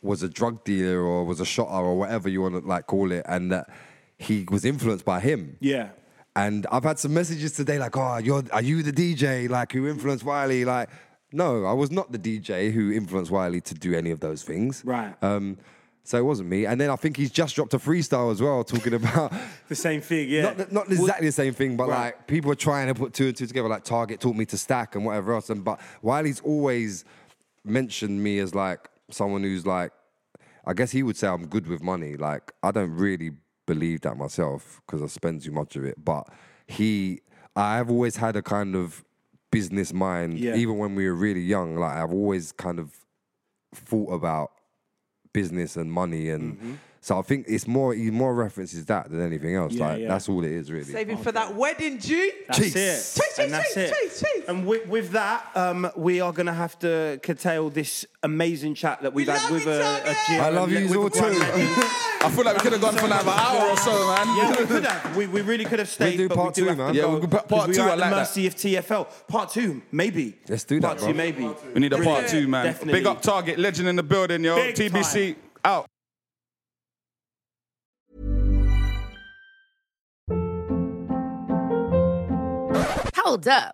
Speaker 5: was a drug dealer or was a shotter or whatever you want to like call it, and that he was influenced by him.
Speaker 2: Yeah.
Speaker 5: And I've had some messages today like, "Oh, you're are you the DJ like who influenced Wiley?" Like, no, I was not the DJ who influenced Wiley to do any of those things.
Speaker 2: Right.
Speaker 5: Um, so it wasn't me. And then I think he's just dropped a freestyle as well, talking about
Speaker 2: the same thing. Yeah,
Speaker 5: not, not
Speaker 2: Well,
Speaker 5: exactly the same thing, but
Speaker 2: Right.
Speaker 5: like people are trying to put two and two together. Like Target taught me to stack and whatever else. And but Wiley's always mentioned me as like someone who's like, I guess he would say I'm good with money. Like I don't really believe that myself because I spend too much of it. But he, I've always had a kind of business mind,
Speaker 2: Yeah.
Speaker 5: even when we were really young. Like I've always kind of thought about business and money and.
Speaker 2: Mm-hmm.
Speaker 5: So I think it's more he more references that than anything else.
Speaker 2: Yeah,
Speaker 5: like
Speaker 2: yeah.
Speaker 5: that's all it is really.
Speaker 3: Saving for that wedding, G.
Speaker 2: That's
Speaker 5: Cheeks.
Speaker 2: it.
Speaker 3: Cheeks,
Speaker 2: and that's
Speaker 3: cheeks,
Speaker 2: it.
Speaker 3: cheeks, cheeks.
Speaker 2: And with, with that, um, we are going to have to curtail this amazing chat that we've
Speaker 3: We
Speaker 2: had
Speaker 3: love
Speaker 2: with
Speaker 3: you,
Speaker 2: a, a
Speaker 3: Tony.
Speaker 2: gym
Speaker 5: I love
Speaker 2: and
Speaker 5: yous
Speaker 2: with
Speaker 5: all
Speaker 2: a brand
Speaker 5: too.
Speaker 2: legend.
Speaker 6: I feel like we could have gone for like an hour or so, man.
Speaker 2: Yeah, we could have. We, we really could have stayed.
Speaker 5: do
Speaker 2: but
Speaker 5: part
Speaker 2: we
Speaker 5: two,
Speaker 2: do have
Speaker 5: man.
Speaker 2: To
Speaker 5: Yeah,
Speaker 2: go,
Speaker 6: we could- part
Speaker 2: 'cause we
Speaker 6: two,
Speaker 2: are
Speaker 6: I
Speaker 2: at
Speaker 6: like
Speaker 2: the
Speaker 6: that.
Speaker 2: mercy of TFL. Part two, maybe.
Speaker 5: Let's do that,
Speaker 2: Part
Speaker 5: bro.
Speaker 2: two, maybe.
Speaker 6: We need a part two, man.
Speaker 2: Definitely.
Speaker 6: Big up Target, legend in the building, yo.
Speaker 2: Big
Speaker 6: TBC out.
Speaker 8: Hold up.